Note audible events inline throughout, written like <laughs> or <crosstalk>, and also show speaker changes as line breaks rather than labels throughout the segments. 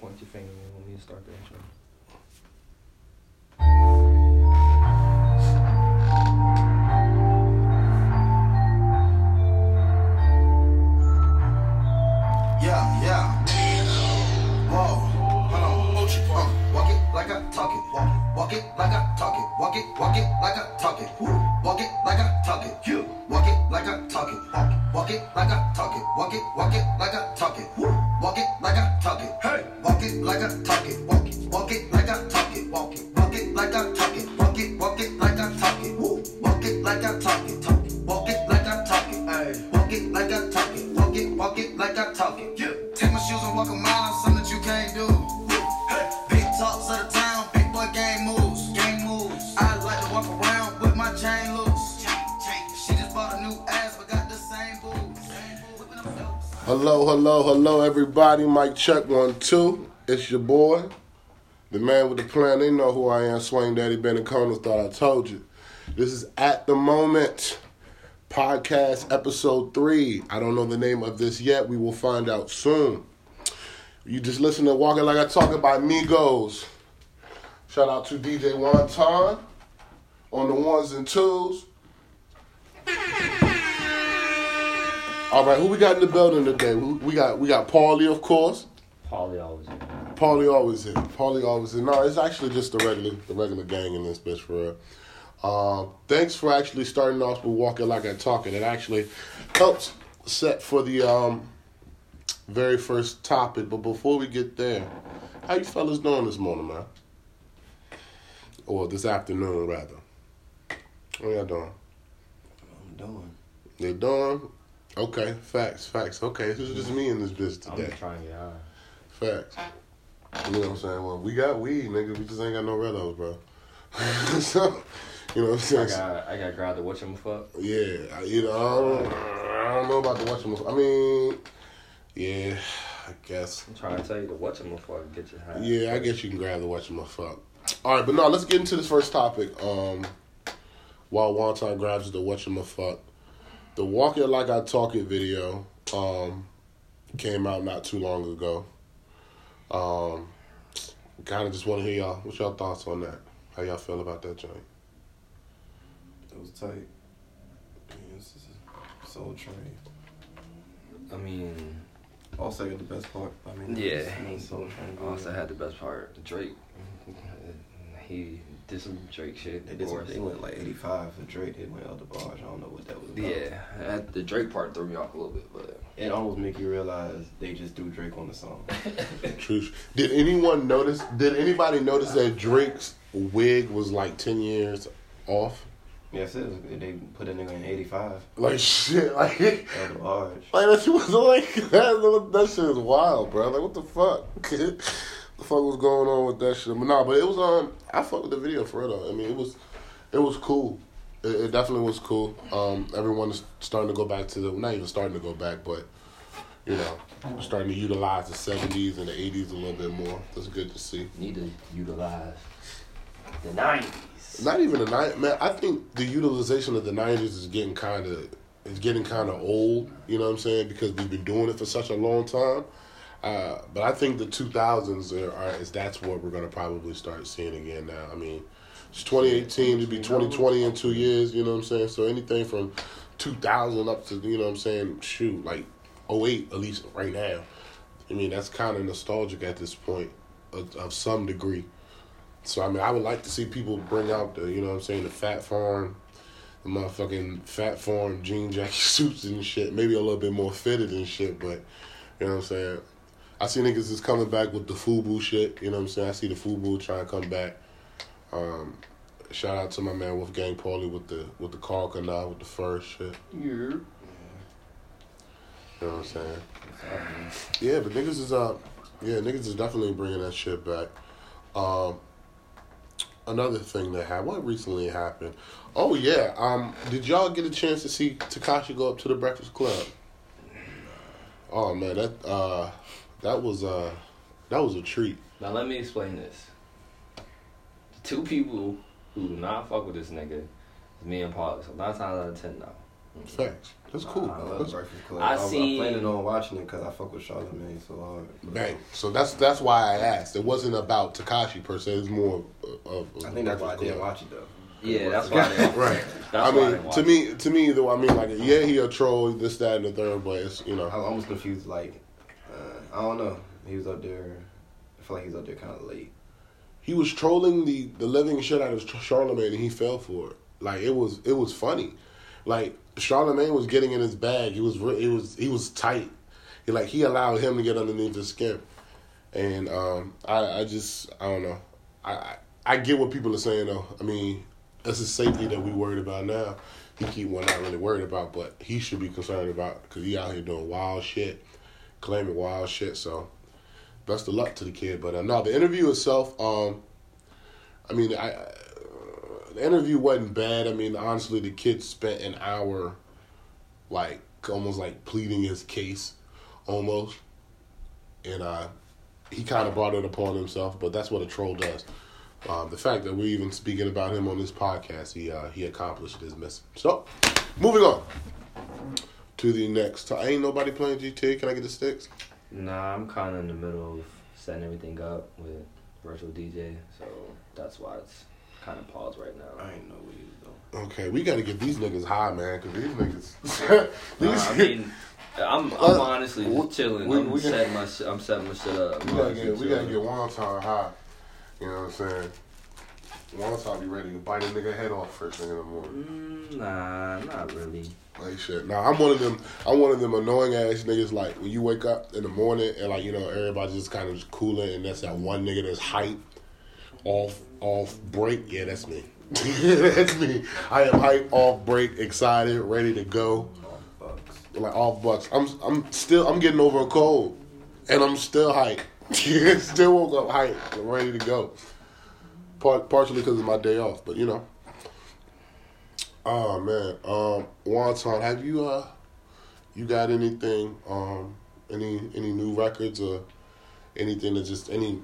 with your finger in when we start the intro.
Yeah, yeah. Whoa, hold on. Uh, walk it like I talk it. Walk, walk it like I talk it. Walk it, walk it like I talk it. Woo. Walk it like I talk it. You walk it like I talk it. Walk, walk it like I talk it. Walk it, walk it like I talk it. Woo. Walk it like I talk it. Hey, walk it like I talk it. Walk it, walk it like I talk it. Walk it, walk it like I talk it. Walk it, walk it like I talk it. Woo. Walk it like I talk it. Talk it, walk it like I talk it. Hey, walk it like I talk it. Walk it, walk it like I talk it. Yeah. Take my shoes and walk a mile, something that you can't do. Big talks of the town, big boy gang moves. Gang moves. I like to walk around with my chain loose. She just bought a new ass, but got the same boobs. Whipping them dope.
Hello, hello, hello, everybody. Mike check one, two. It's your boy, the man with the plan. They know who I am, Swing Daddy Benaconas. Thought I told you. This is At the Moment podcast episode three. I don't know the name of this yet. We will find out soon. You just listen to Walking Like I Talk by Migos. Shout out to DJ Wonton on the ones and twos. All right, who we got in the building today? We we got we got Paulie, of course.
Paulie always in.
Paulie always in. Paulie always in. No, it's actually just the regular the regular gang in this bitch for real. Uh, thanks for actually starting off with walking like I talking. It actually helps set for the um, very first topic. But before we get there, how you fellas doing this morning, man? Or this afternoon, rather. What y'all doing?
I'm doing.
They doing? Okay, facts, facts. Okay, this is just me and this bitch
I'm
today.
trying to get high.
Facts. You know what I'm saying? Well, we got weed, nigga. We just ain't got no redos, bro. <laughs> so, you know what I'm
I
saying?
got I got to grab the watch him fuck.
yeah, I, you know, I don't, I don't know about the watching. I mean, yeah, I guess.
I'm trying to tell you to watch him fuck get you high.
Yeah, I guess you can grab the watching my fuck. All right, but no, let's get into this first topic. Um, while Wonton grabs the watching my fuck, the walk it like I talk it video um came out not too long ago. Um, kind of just want to hear y'all. What's y'all thoughts on that? How y'all feel about that joint?
That was tight. Yeah, this is a Soul Train.
I mean,
Also got the best part. I mean,
Yeah.
it's- it's Soul Train.
I also had the best part, Drake. He did some Drake shit.
They,
Of
did some,
course.
they went like 85 for Drake. They went out the barge. I don't know what that was about.
Yeah, that- the Drake part threw me off a little bit, but
It almost make you realize they just do Drake on
<laughs>
the song.
Truth. Did anyone notice? Did anybody notice that Drake's wig was like ten years off?
yes, it was, they put a nigga in 85
Like <laughs> shit. Like
out the barge.
Like that shit was like <laughs> that. little- That shit is wild, bro. Like what the fuck? <laughs> the fuck was going on with that shit? But nah, but it was um. I fucked with the video for real though. I mean, it was, it was cool. It, it definitely was cool. Um, everyone is starting to go back to the not even starting to go back, but you know, starting to utilize the seventies and the eighties a little bit more. That's good to see.
need to utilize the '90s.
Not even the night, man. I think the utilization of the nineties is getting kind of is getting kind of old. You know what I'm saying? Because we've been doing it for such a long time. Uh, but I think the two thousands are, are is that's what we're gonna probably start seeing again now. I mean, it's 2018 to be 2020 in two years. You know what I'm saying? So anything from 2000 up to you know what I'm saying? Shoot, like 08 at least right now. I mean, that's kind of nostalgic at this point of, of some degree. So I mean, I would like to see people bring out the, you know, what I'm saying, the fat farm, the motherfucking fat farm jean jacket <laughs> suits and shit. Maybe a little bit more fitted and shit, but you know what I'm saying. I see niggas is coming back with the FUBU shit. You know what I'm saying. I see the FUBU trying to come back. Um, shout out to my man Wolfgang Paulie with the with the car canal with the fur shit.
Yeah.
You know what I'm saying. Yeah, but niggas is uh, yeah, niggas is definitely bringing that shit back. Um, another thing that happened, what recently happened? Oh yeah, um, did y'all get a chance to see Takashi go up to the Breakfast Club? Oh man, that uh, that was uh, that was a treat.
Now let me explain this. The two people who do not fuck with this nigga is me and Paulie. So nine times out of ten, no.
Facts. That's cool.
<laughs>
I love
That's-
Breakfast Club.
I
I, was-
seen-
I'm planning on watching it because I fuck with Charlamagne so hard. but
Bang. So that's that's why I asked. It wasn't about Takashi per se. It's more of. of
I think that's why I didn't watch it though.
Yeah, that's why.
<laughs>
They,
Right.
That's
I
why I
mean,
didn't watch
to me, to me, though, I mean, like, yeah, he a troll, this, that, and the third, but it's you
I
know,
was almost confused. Like, uh, I don't know. He was up there. I feel like he was up there kind of late.
he was trolling the the living shit out of Charlemagne, and he fell for it. Like it was it was funny. Like Charlemagne was getting in his bag. He was re- he was he was tight. He like he allowed him to get underneath his skin, and um, I I just I don't know. I, I I get what people are saying though. I mean, that's a safety that we worried about now. He keep one not really worried about, but he should be concerned about because he out here doing wild shit, claiming wild shit. So best of luck to the kid. But uh, no, the interview itself. Um, I mean, I uh, the interview wasn't bad. I mean, honestly, the kid spent an hour, like almost like pleading his case, almost, and uh, he kind of brought it upon himself. But that's what a troll does. Um, the fact that we're even speaking about him on this podcast, he uh, he accomplished his mission. So, moving on to the next. to- Ain't nobody playing GTA. Can I get the sticks?
nah, I'm kind of in the middle of setting everything up with virtual DJ, so that's why it's kind of paused right now.
I ain't know what he was doing.
Okay, we gotta get these niggas high, man, because these niggas. <laughs> these,
Nah, I mean, I'm, I'm honestly
we-
just chilling.
we-
I'm,
we got-
setting my shit, I'm setting my shit up.
<laughs> we gotta get we gotta get wonton high. You know what I'm saying? Wonton be ready to bite a nigga head off first thing in the morning.
Mm, nah, not really.
Like shit. Now I'm one of them. I'm one of them annoying ass niggas. Like when you wake up in the morning and like you know everybody's just kind of just cooling, and that's that one nigga that's hype off off break. Yeah, that's me. <laughs> that's me. I am hype off break, excited, ready to go.
All bucks.
like off bucks. I'm I'm still I'm getting over a cold, and I'm still hyped. <laughs> still woke up hyped, and ready to go. Part partially because of my day off, but you know. Oh man, um, Wonton, have you uh, you got anything um, any any new records or anything that just any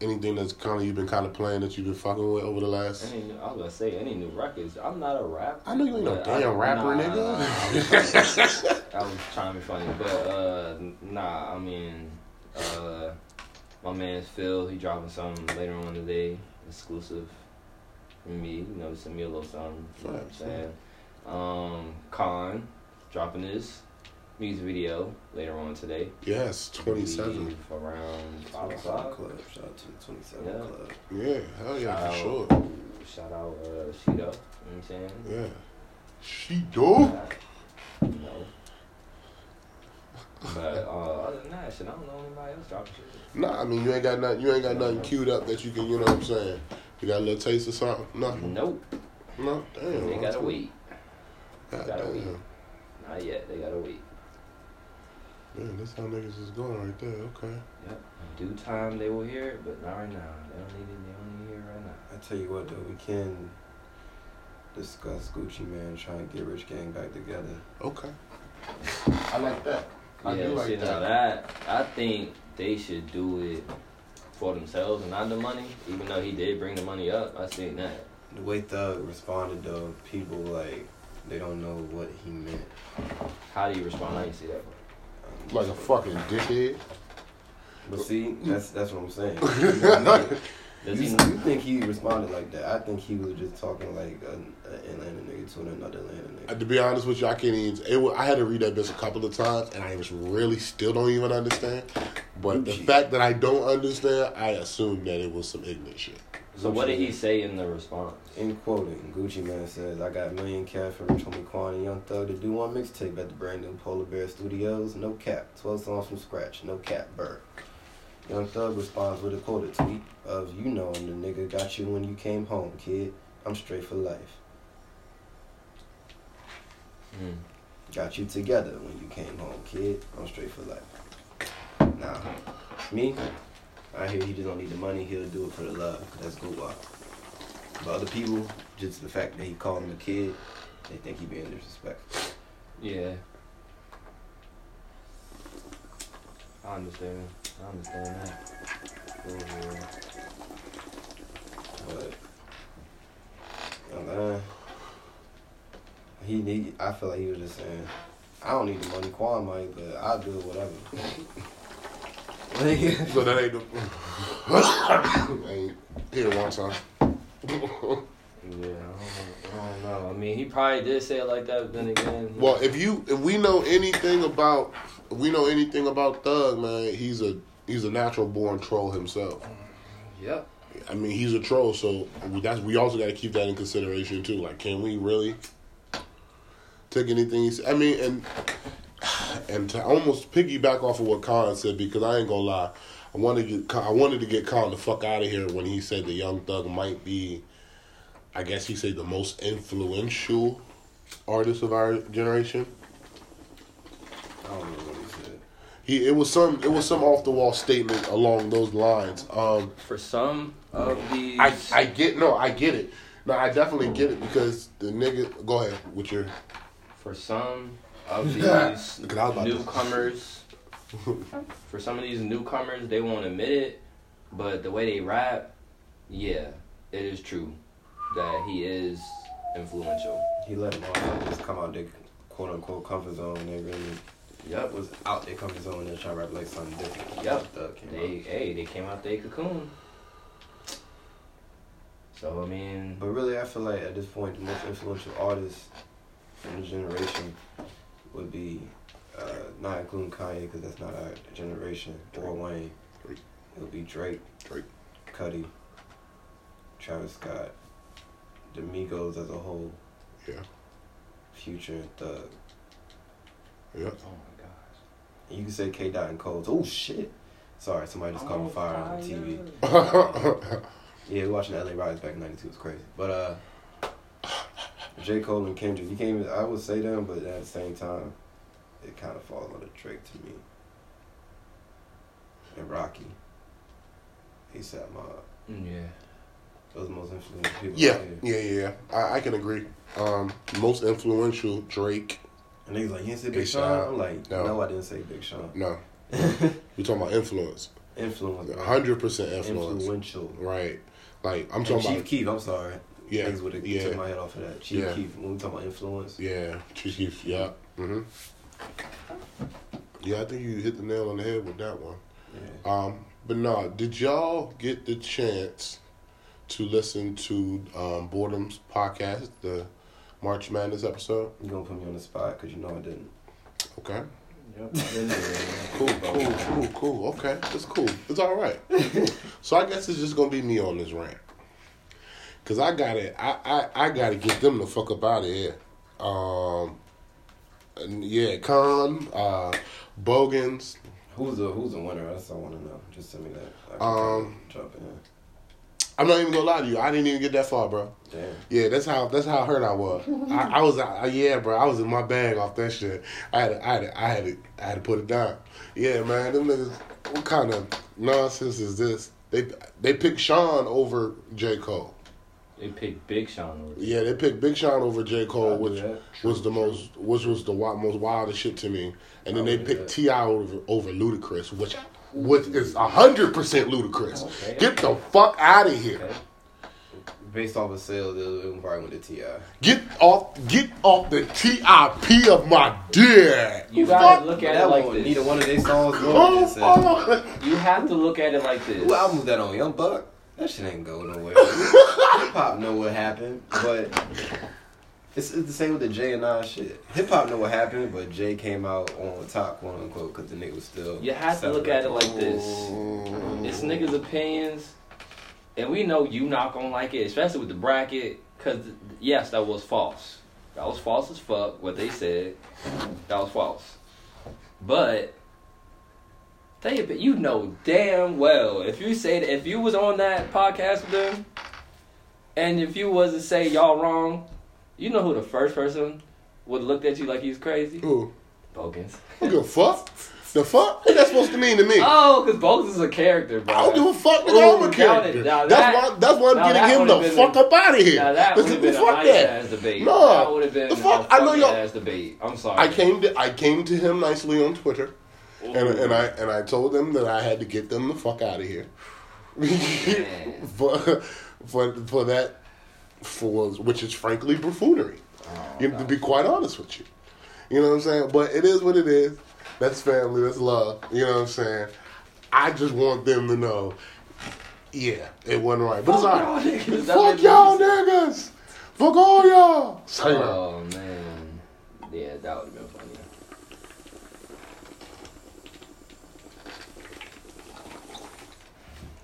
anything that's kind of you've been kind of playing that you've been fucking with over the last.
Any, I was gonna say any new records. I'm not a rapper.
I know you ain't no
but
damn rapper,
nah,
nigga.
I was trying- <laughs> I was trying to be funny, but uh, nah. I mean, uh, my man's Phil. He dropping something later on today, exclusive from me. You know, send me a little something. You know what I'm saying? Um, Khan dropping his music video later on today.
Yes, twenty seven.
Leave Around five
27
o'clock.
Club. Shout out to the 27
Yeah.
Club.
Yeah, hell yeah, for sure.
Shout Shout out, uh, Shido. You know what I'm saying?
Yeah. She dope.
No. But uh, other than that, shit, I don't know anybody else dropping shit.
Nah, I mean you ain't got nothing you ain't got nothing queued up that you can you know what I'm saying. You got a little taste of something? Nothing.
Nope.
No, damn.
they gotta wait.
God
gotta
damn.
wait. Not yet. They gotta wait.
Man, that's how niggas is going right there. Okay.
Yep. In due time, they will hear it, but not right now. They don't need it. They don't need it right now.
I tell you what though, we can discuss Gucci Man trying to get Rich Gang back together.
Okay. I like that. I
yeah,
do like
see, now
that.
that I think they should do it for themselves and not the money. Even though he did bring the money up, I seen that.
The way Thug responded though, people like they don't know what he meant.
How do you respond? I didn't see that.
Um,
Like a fucking dickhead.
But see, that's that's what I'm saying. you,
Does he?
you think he responded like that? I think he was just talking like an, an Atlanta nigga to another Atlanta
Uh,
nigga.
To be honest with you, I can't even. It, wa- I had to read that bitch a couple of times, and I was really still don't even understand. But the
Gucci.
fact that I don't understand, I assume that it was some ignorant shit.
So what did he say in the response?
In quoting, Gucci Man says, "I got a million cap for Rich Homie Quan and Young Thug to do one mixtape at the brand new Polar Bear Studios. No cap, twelve songs from scratch. No cap, bird." Young Thug responds with a quoted tweet of, "You know I'm the nigga got you when you came home, kid. I'm straight for life.
Mm.
Got you together when you came home, kid. I'm straight for life." Nah, me, I hear he just don't need the money. He'll do it for the love. That's good walk. But other people, just the fact that he called him a kid, they think he being disrespectful.
Yeah. I understand. I understand that. Yeah.
But uh, he need I feel like he was just saying, I don't need the money Quan might, but I'll do it whatever. Like,
So that ain't the. <coughs> I ain't here one time. <laughs>
Yeah, I don't, I don't know. I mean, he probably did say it like that, but then again, he-
Well, if you if we know anything about if we know anything about Thug, man, he's a he's a natural born troll himself.
yep.
I mean, he's a troll, so we, that's we also got to keep that in consideration too. Like, can we really take anything? He said? I mean, and and to almost piggyback off of what Khan said because I ain't gonna lie, I wanted to get Khan- I wanted to get Khan the fuck out of here when he said the Young Thug might be, I guess he said the most influential artist of our generation.
I don't know what he said.
He it was some it was some off the wall statement along those lines. Um,
For some of these,
I, I get no, I get it. No, I definitely get it because the nigga. Go ahead with your.
for some
<laughs>
of these
Look at how about this.
newcomers, for some of these newcomers, they won't admit it, but the way they rap, yeah, it is true that he is influential.
He let motherfuckers come out their quote unquote comfort zone. They really
Yep.
was out their comfort zone and trying to rap like something different.
Yep.
Thug came
They
out.
hey, they came out they cocoon. So I mean,
But really, I feel like at this point, the most influential artist in the generation would be uh, not including Kanye because that's not our generation or Wayne.
Drake.
It would be Drake,
Drake.
Cuddy, Travis Scott, the Migos as a whole,
Yeah,
Future, and Thug.
yeah. <laughs>
oh my gosh.
You can say K. Dot and Cole. Oh shit! Sorry, somebody just caught on fire on the TV. Yeah, we watching LA Rise back in '92 was crazy. But uh, J Cole and Kendrick, you can't even. I would say them, but at the same time, it kind of falls under Drake to me. And Rocky, he said my
Mm, Yeah.
those most influential people.
yeah,
out here.
yeah, yeah. I, I can agree. Um, most influential Drake.
and niggas like you didn't say Big
Big
Sean.
Sean.
I'm like,
No.
no. I didn't say
<laughs>
Big Sean.
No, you talking about influence?
Influence,
Hundred percent influence.
influential.
Right. Like I'm
And
talking
Chief
about.
Keef, I'm sorry.
Yeah,
Niggas would've
yeah.
took my head off of that. Chief
Yeah.
Keef, when we talk about influence,
Yeah, Chief Keef. Yeah. Mm-hmm. Yeah, I think you hit the nail on the head with that one.
yeah.
Um, but nah, did y'all get the chance to listen to um, Boredom's podcast, the March Madness episode?
you gonna put me on the spot because you know I didn't.
Okay.
Yep.
Cool, cool, cool, cool. Okay, it's cool. It's all right. so I guess it's just gonna be me on this rant, cause I got to I, I I gotta get them the fuck up out of here. Um, and yeah, Khan, uh, Bogans,
Who's the Who's the winner? That's all I want to know. Just send me that. I can
Um,
jump in.
I'm not even gonna lie to you. I didn't even get that far, bro.
Damn.
Yeah, that's how that's how hurt I was. I, I was I, yeah, bro. I was in my bag off that shit. I had to, I had to, I had to, I had to put it down. Yeah, man. Them niggas. What kind of nonsense is this? They they picked Sean over J Cole.
They picked Big Sean over
Yeah, they picked Big Sean over J Cole,
I'll do
which
that.
was the most which was the wild, most wildest shit to me. And then
I'll
they
do that.
picked Ti over over Ludacris, which which is hundred percent ludicrous.
Okay.
Get the fuck out of here.
Okay.
Based off of sales, it it probably went to Ti.
Get off, get off the TIP of my dick.
You gotta
Fuck Oh,
look
But
at it
that
like
one,
this.
neither one
<laughs>
of their songs.
off.
Going to
<laughs>
You have to look at it like this.
Who album was that on? Young Buck. That shit ain't go nowhere. <laughs> Hip hop know what happened, but it's, it's the same with the Jay and I shit. Hip hop know what happened, but Jay came out on top, quote unquote, because the nigga was still.
You have to look at it like this. It's niggas' opinions, and we know you not gonna like it, especially with the bracket. Cause th- yes, that was false. That was false as fuck. What they said, that was false. But they, but you know damn well if you said if you was on that podcast with them, and if you was to say y'all wrong, you know who the first person would looked at you like he's crazy.
Who?
Bogans.
Who give a fuck? The fuck? What that supposed to mean to me?
Oh, because Bogans is a character, bro.
I don't give a fuck. Nigga,
Ooh,
I'm
got
a character.
it. Now
that's
that-
why. That's why
now
I'm
that
getting him
would've
the
been
fuck
a-
up out of here.
Now that would
Listen,
have been a
fuck
nice
that.
ass debate.
No.
that would have been
The fuck?
a
I know
funny
y'all-
ass debate. I'm sorry. Oh,
I came to I came to him nicely on Twitter,
Ooh,
and and I and I told him that I had to get them the fuck out of here.
man.
<laughs> for for for that for which is frankly buffoonery. You know, to be quite honest with you. You know what I'm saying? But it is what it is. That's family, that's love. You know what I'm saying? I just want them to know, yeah, it wasn't right. But it's all right. Fuck y'all niggas! Fuck all y'all! Say that.
Oh man, yeah, that would have been funny.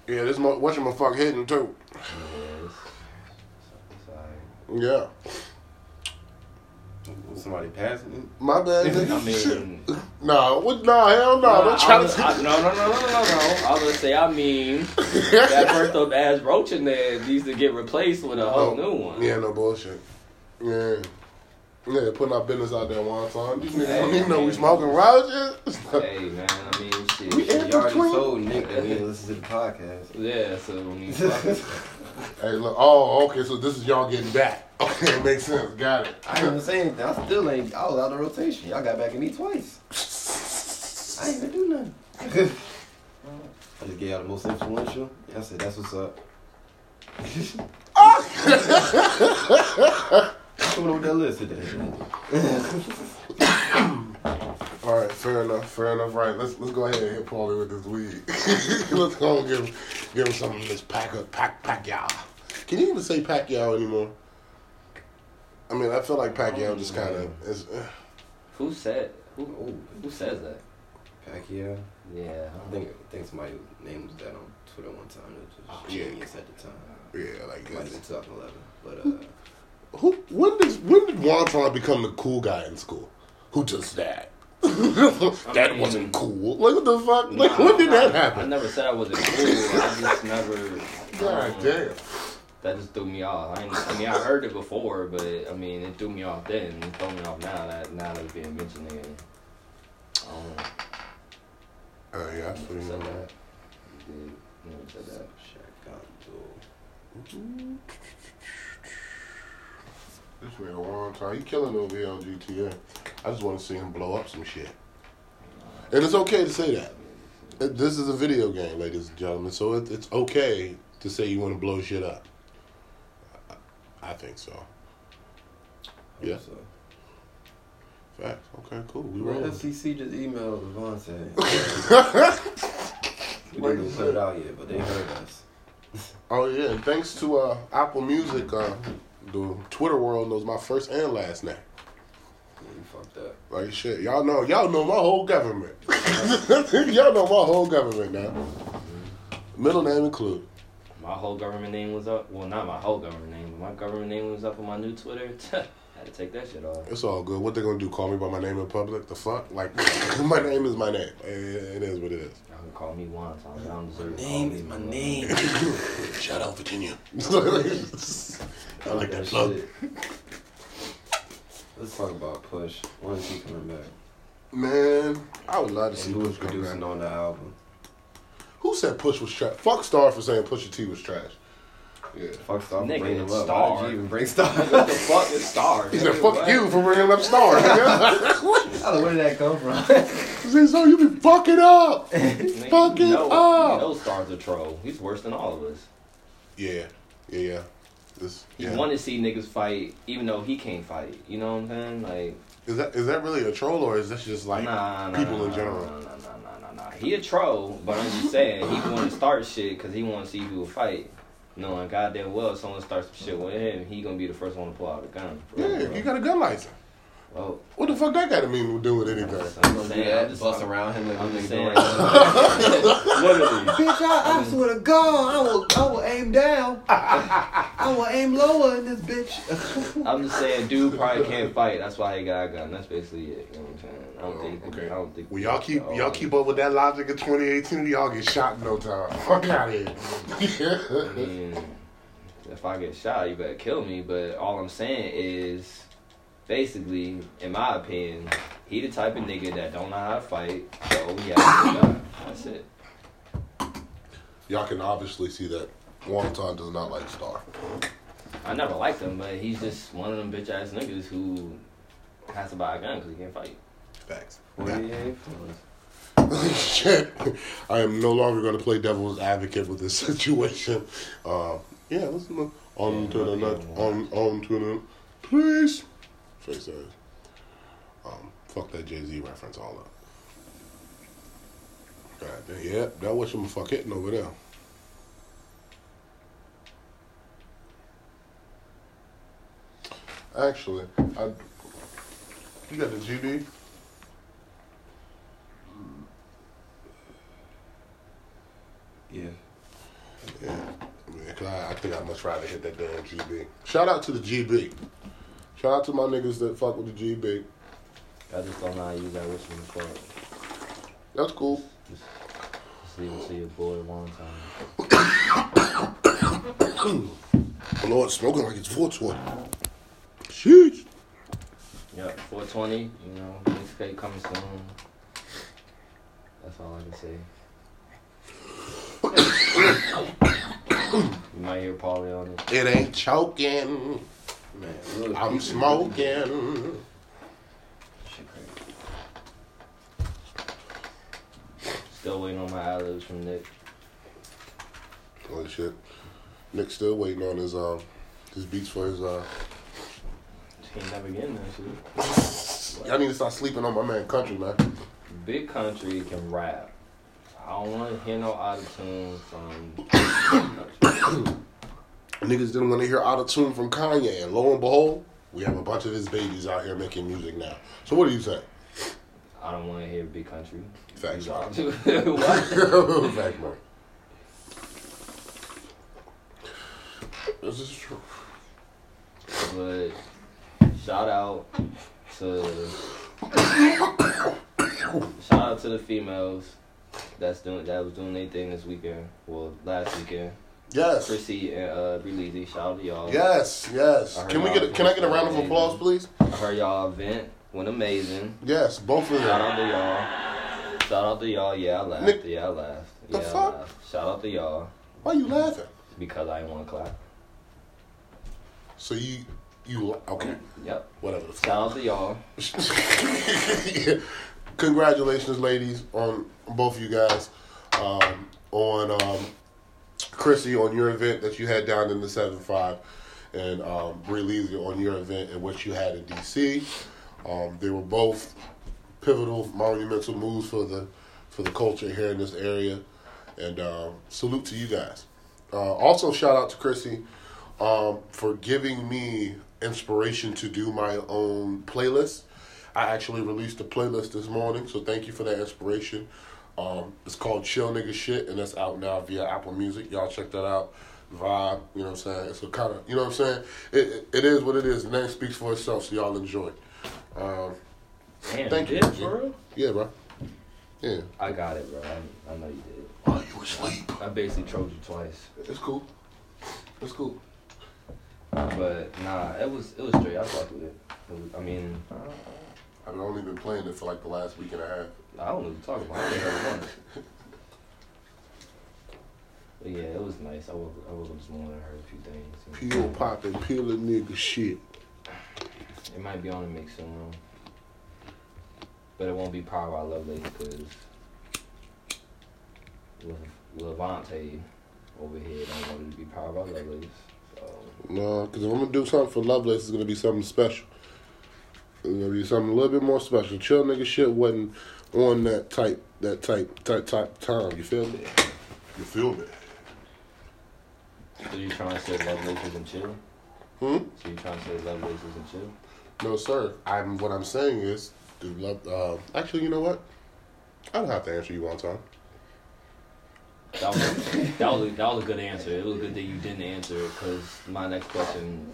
Yeah, this mo- watching my fuck hitting too.
Yeah, it's, it's alright.
Yeah.
Was somebody passing it?
My bad.
I
nigga. Shit.
mean, no,
Nah, what? Nah, hell no. Nah,
I
don't try
was-
to.
I-
<laughs>
no, no, no, no, no, no. I was gonna say, I mean, that burnt up ass roach in there needs to get replaced with a whole new one.
Oh. Yeah, no bullshit. Yeah. Yeah, putting our business out there one time. These niggas
Hey,
don't even know we
man.
smoking <laughs> Rogers.
Hey man, I mean, shit.
We in
You already
between.
told Nick that we didn't listen to the podcast.
Yeah, so I mean, fuck
<laughs>
it.
Hey, look. Oh, okay. So this is y'all getting back. <laughs> Okay, makes sense. Got it.
I didn't even say anything. I still ain't. I was out of rotation. Y'all got back at me twice. I ain't even do nothing. I just gave y'all the most influential. I said, that's what's up. Ah! <laughs> Coming over that list today. <laughs>
All right, fair enough. Fair enough. Right. Let's let's go ahead and hit Paulie with this weed. <laughs> let's go and give him give him something. This pack up, pack pack y'all. Can you even say pack y'all anymore? I mean, I feel like pack y'all just uh, kind of is.
Who said? Who,
Ooh,
who says that?
Pacquiao.
Yeah,
I think I think somebody name was that on Twitter one time. It was just
Yeah.
genius at the time.
Yeah, like
It might have
that's-
been 2011, but uh.
who? When does when did Wonton become the cool guy in school? Who does that? <laughs> that
mean-
wasn't cool. Like what the fuck? Like when did that
I
happen?
never said I wasn't cool. I just never.
<laughs> God
um,
damn.
That just threw me off. I, didn't- I mean, I heard it before, but I mean, it threw me off then. It threw me off now that now that it's being mentioned again. Um,
Oh yeah, I feel you
said
on that.
that.
Mm-hmm.
Dude, never said that.
Shaq got dual.
This man long time. He killing over here on GTA. I just want to see him blow up some shit. And it's okay to say that. Uh, This is a video game, ladies and gentlemen, so it, it's okay to say you want to blow shit up. I, I think so. Yeah.
So,
Facts. Okay, cool. We
Bro,
rolling. <laughs>
FCC just emailed Levante. we didn't even put it out yet, but they heard us.
Oh yeah, and thanks to uh, Apple Music, uh, the Twitter world knows my first and last name.
Yeah, you fucked up.
Like shit, y'all know, y'all know my whole government. <laughs> y'all know my whole government now. Middle name included.
My whole government name was up. Well, not my whole government name, but my government name was up on my new Twitter. <laughs> had to take that shit off.
It's all good. What they gonna do? Call me by my name in public? The fuck? Like <laughs> my name is my name. It- it is what it is.
Y'all can call me one time. I don't deserve to call
Name
me
is my
one.
name.
<laughs> Shout out Virginia. I like that plug.
shit. Let's talk about Push. When is he coming back?
Man, I would love to see
And who was
Push come
producing
back.
on the album?
Who said Push was trash? Fuck Star for saying Pusha T was trash. Yeah.
Fuck Star for
Nigga,
bringing him
it's
up.
Star.
Why'd you even bring <laughs> Star?
What the
I
fuck is Star?
He said, "Fuck you for bringing up Star." nigga." <laughs>
don't know where did that come <laughs> from.
he said, "So you be fucking up."
<laughs>
Nigga,
Fuck
you
it
know-
up.
You know Star's a troll. He's worse than all of us.
Yeah, yeah, yeah. This,
He
yeah.
want to see niggas fight, even though he can't fight. You know what I'm saying? Like,
Is that is that really a troll or is that just like
nah, nah,
people
nah,
in
nah,
general?
Nah, nah, nah, nah, nah, nah. He a troll, but I'm just saying
<laughs>
he want to start shit because he want to see who will fight. Knowing goddamn well, if someone starts some shit with him, he gonna be the first one to pull out a gun. for real,
Yeah,
bro.
if you got a gun license. <laughs>
Well,
What the fuck that got to mean to do with anything?
that's what I'm saying. I'm
Yeah,
just-
bust around him like
I'm
I'm
just
nigga
saying. <laughs>
doing
Literally.
<laughs> Bitch, I, I swear to God, I will, I will aim <laughs> down. I will aim lower in this bitch.
I'm just saying, dude probably can't fight. That's why he got a gun. That's basically it. You know what I'm saying? I don't think.
Okay.
I don't think.
Well, y'all keep
Oh,
y'all keep up with that logic in 2018, y'all get shot in no time. <laughs> Fuck out of
I
here. <laughs>
mean, if I get shot, you better kill me. But all I'm saying is, basically, in my opinion, he the type of nigga that don't know how to fight. So yeah, that's it.
y'all can obviously see that Wonton does not like Star.
I never liked him, but he's just one of them bitch ass niggas who has to buy a gun because he can't fight.
Facts.
Where he ain't from.
Shit. I am no longer going to play devil's advocate with this <laughs> situation. Uh, yeah, let's move on to the next. On, on to the. Please. Face ass. Um, fuck that Jay Z reference all up. God damn, yep, that what you fuck hitting over there. Actually, I you got the GB.
Yeah.
Yeah, yeah 'cause I, I think I'd much rather hit that damn GB. Shout out to the GB. Shout out to my niggas that fuck with the GB.
I just don't know how to use that wish in the club.
That's cool.
Just, just leave it to your boy one time.
The Lord smoking like it's 420. Sheesh.
Yep, 420, you know, mixtape coming soon. That's all I can say. <coughs> you might hear Paulie on it.
It ain't choking.
Man, look,
I'm smoking.
Shit crazy.
Still waiting on my ad libs from Nick.
Oh shit. Nick's still waiting on his um his beats for his uh
He never getting that shit.
I need to start sleeping on my man country, man.
Big Country can rap. I don't want to hear no auto tune from. <coughs>
Niggas didn't want to hear out of tune from Kanye and lo and behold, we have a bunch of his babies out here making music now. So what do you think?
I don't want to hear Big Country.
Facts.
<laughs> What?
Fact, <laughs> man. This is true.
But shout out to shout out to the females that's doing that was doing their thing this weekend. Well, last weekend,
Yes.
Chrissy and uh, Breezy. Shout out to y'all.
Yes, yes.
I
Can we
heard
get a,
y'all
can I get a round of
doing
applause,
amazing.
please?
I heard y'all event went amazing.
Yes, both of
Shout
them.
out to y'all. Shout out to y'all. Yeah, I laughed.
Nick-
yeah, I laughed.
The
Yeah, I
fuck?
laughed. Shout out to y'all
Why you laughing?
because I didn't want to clap.
So you you okay,
Yep.
whatever the fuck.
Shout out to y'all.
<laughs> Congratulations, ladies, on both of you guys, um, on um, Chrissy on your event that you had down in the seven five, and um, Bree Leezy on your event and what you had in DC. Um, they were both pivotal, monumental moves for the for the culture here in this area, and um, salute to you guys. Uh, also, shout out to Chrissy um, for giving me inspiration to do my own playlist. I actually released a playlist this morning, so thank you for that inspiration. Um, it's called Chill Nigga Shit, and that's out now via Apple Music. Y'all check that out. Vibe, you know what I'm saying? It's a kind of, you know what I'm saying? It, it, it is what it is. Name speaks for itself, so y'all enjoy. Um,
Damn,
Thank
you
you.
did, for real?
yeah, bro. Yeah.
I got it, bro. I, I know you did.
Oh, you asleep?
I basically trolled you twice,
It's cool. It's cool.
but nah, it was it was straight. I fucked with it. It was- I mean,
I've only been playing it for like the last week and a half.
I don't know what to talk about. I don't ever want it. But yeah, it was nice. I woke, I woke up this morning and heard a few things.
Peel popping, peel a nigga shit.
It might be on the mix soon, but it won't be Power I Love Lady because Levante over here don't want it to be Power I Love Ladies. So
No, because if I'm gonna do something for Lovelace, it's gonna be something special. It's gonna be something a little bit more special. Chill nigga shit wasn't on that type, that type, type, type time. You feel me? You feel me?
So you trying to say love laces and chill?
Hmm?
So you trying to say love laces and chill?
No, sir. I'm. What I'm saying is, do love. Uh, actually, you know what? I don't have to answer you on time.
That was, that was, a, that was a good answer. It was good that you didn't answer it because my next question,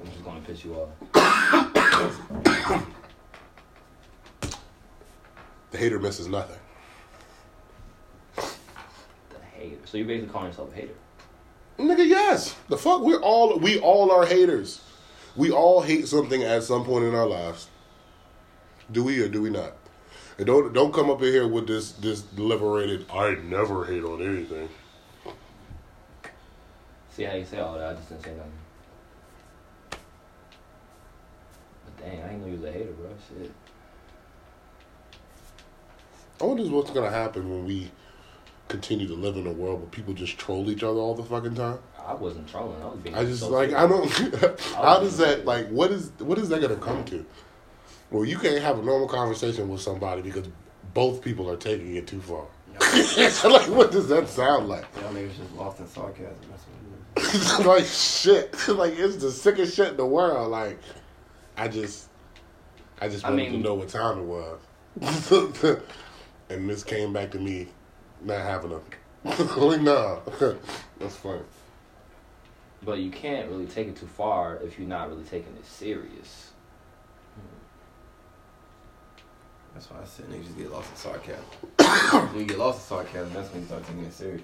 I'm just going to piss you off.
The hater misses nothing.
The hater. So you're basically calling yourself a hater.
Nigga, yes. The fuck, we're all we all are haters. We all hate something at some point in our lives. Do we or do we not? And don't don't come up in here with this this liberated. I never hate on anything.
See how you say all that? I just didn't say nothing. But dang, I didn't know you was a hater, bro. Shit.
I wonder what's gonna happen when we continue to live in a world where people just troll each other all the fucking time?
I wasn't trolling. I was being.
I just
so
like
serious.
I don't. <laughs> how does that like? What is what is that gonna come to? Well, you can't have a normal conversation with somebody because both people are taking it too far. <laughs> like, what does that sound like? <laughs>
Y'all niggas just lost in sarcasm. That's what it is.
like shit. <laughs> like it's the sickest shit in the world. Like I just I just
I
wanted to
mean-
know what time it was. <laughs> and this came back to me not having a <laughs> like nah. <laughs> That's funny.
But you can't really take it too far if you're not really taking it serious.
That's why I said niggas just get lost in sarcasm. <coughs> when you get lost in sarcasm, that's when you start taking it <sighs> serious.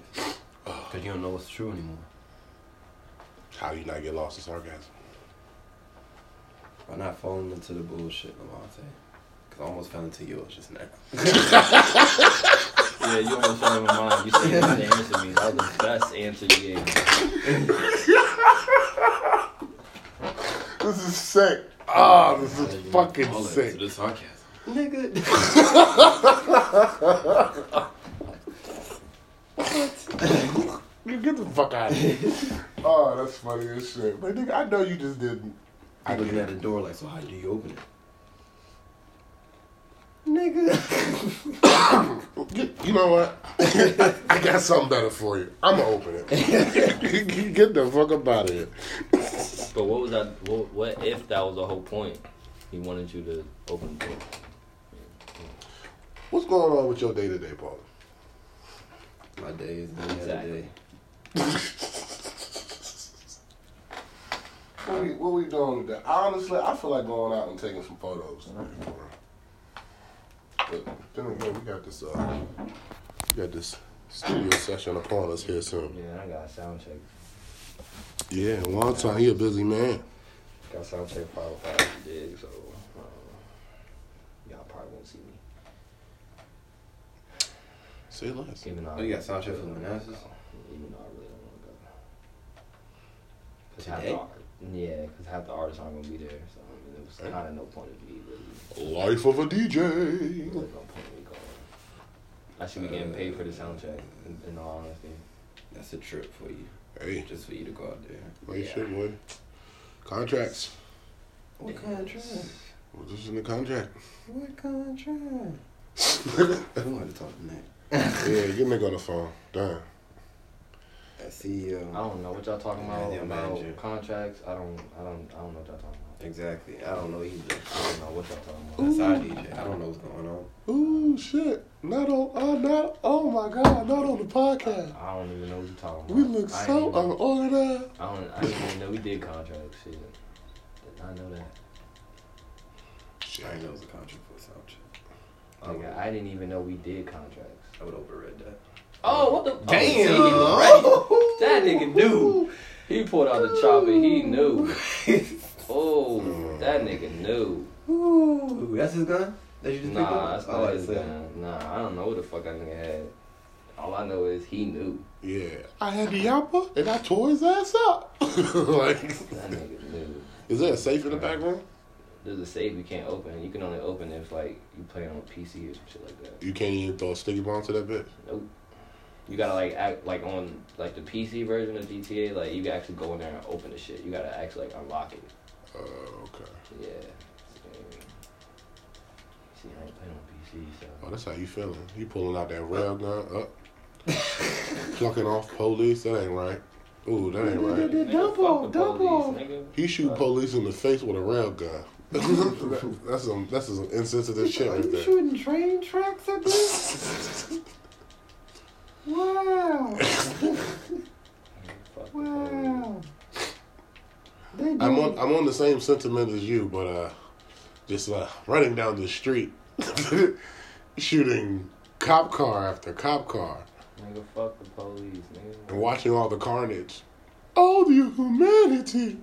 Because you don't know what's true anymore.
How you not get lost in sarcasm?
By not falling into the bullshit, Levante. Because I almost fell into yours just now.
Yeah, you almost fell in my mind. You said you had to answer me. That was the best answer you gave.
This is sick. Oh, this
How did
is
you
fucking
fall
sick.
Into the sarcasm. <laughs> Nigga.
You get the fuck out of <laughs> here. oh, that's funny as shit. But nigga, I know you just didn't.
I
I
looking at
did.
the door like, so how do you open it? <laughs> Nigga.
You you know what? <laughs> I got something better for you. I'm gonna open it. <laughs> get the fuck up out of here.
But what was that? What, what if that was the whole point? He wanted you to open the door.
What's going on with your day to day, Paul?
My day is been
Exactly.
exactly. day.
What we, what we doing today? Honestly, I feel like going out and taking some photos. But then again, we got this. Uh, we got this studio session upon us here soon.
Yeah, I got a sound check.
Yeah, one time he a busy man.
Got sound check five oh five today, so um, y'all probably won't see me.
Say less.
Even though
Oh, you got sound check for Manassas?
Even though I really don't want to go. 'Cause half the
Today?
art- Yeah, because half the artists aren't gonna be there, so I mean, there was kind of no point of me really.
Life of a
There's
DJ.
no point of me going. I should be getting paid for the sound check. In, in all honesty,
That's a trip for you.
Hey,
Just for you to go out there.
like
Yeah.
shit, boy. Contracts.
What contract?
What's this in the contract?
What <laughs> contract? I don't want to talk to Nick.
Yeah, get nigga on the phone. Damn.
That CEO.
I don't know what y'all talking
Yeah,
about
yeah,
about
manager.
contracts. I don't, I don't, I don't know what y'all talking about.
Exactly. I don't know either.
I don't know what y'all talking about.
That's our DJ. I don't know what's going on.
Ooh, shit. Not on, oh, not, oh my God, not on the podcast.
I don't even know what you're talking about.
We look
I ain't
so uh,
even-
unorganized.
I don't. I didn't even know we did contract shit. Did not know that.
I didn't know it was a contract for sound check. I would,
Nigga, I didn't even know we did contracts.
I would overread that.
Oh, what the?
Damn.
that nigga knew. He pulled out the chopper. He knew. Oh, that nigga knew.
Ooh, that's his gun? That you just picked
Nah,
up?
that's
Oh,
not his
that's it.
gun. Nah, I don't know what the fuck I nigga had. All I know is he knew.
Yeah. I had the yapper and I tore his ass up. <laughs> like,
That nigga knew.
is there a safe in the back room?
There's a safe you can't open. You can only open if like you playing on PC or some shit like that.
You can't even throw a sticky bomb to that bitch.
You gotta like act like on like the PC version of GTA. Like you can actually go in there and open the shit. You gotta actually like unlock it.
Oh, okay.
Yeah. See, I ain't playing on PC, so.
Oh, that's how you feeling. You pulling out that rail gun up. Plucking off police. That ain't right. Ooh, that ain't right.
Nigga, double, double. Police,
He shoot police in the face with a rail gun. <laughs> that's some that's some insensitive shit right there.
shooting train tracks at this? wow.
nigga. Wow.
They
I'm on I'm on the same sentiment as you, but uh, just uh, running down the street, <laughs> shooting cop car after cop car,
Nigga, fuck the police,
and
nigga.
watching all the carnage. All the humanity.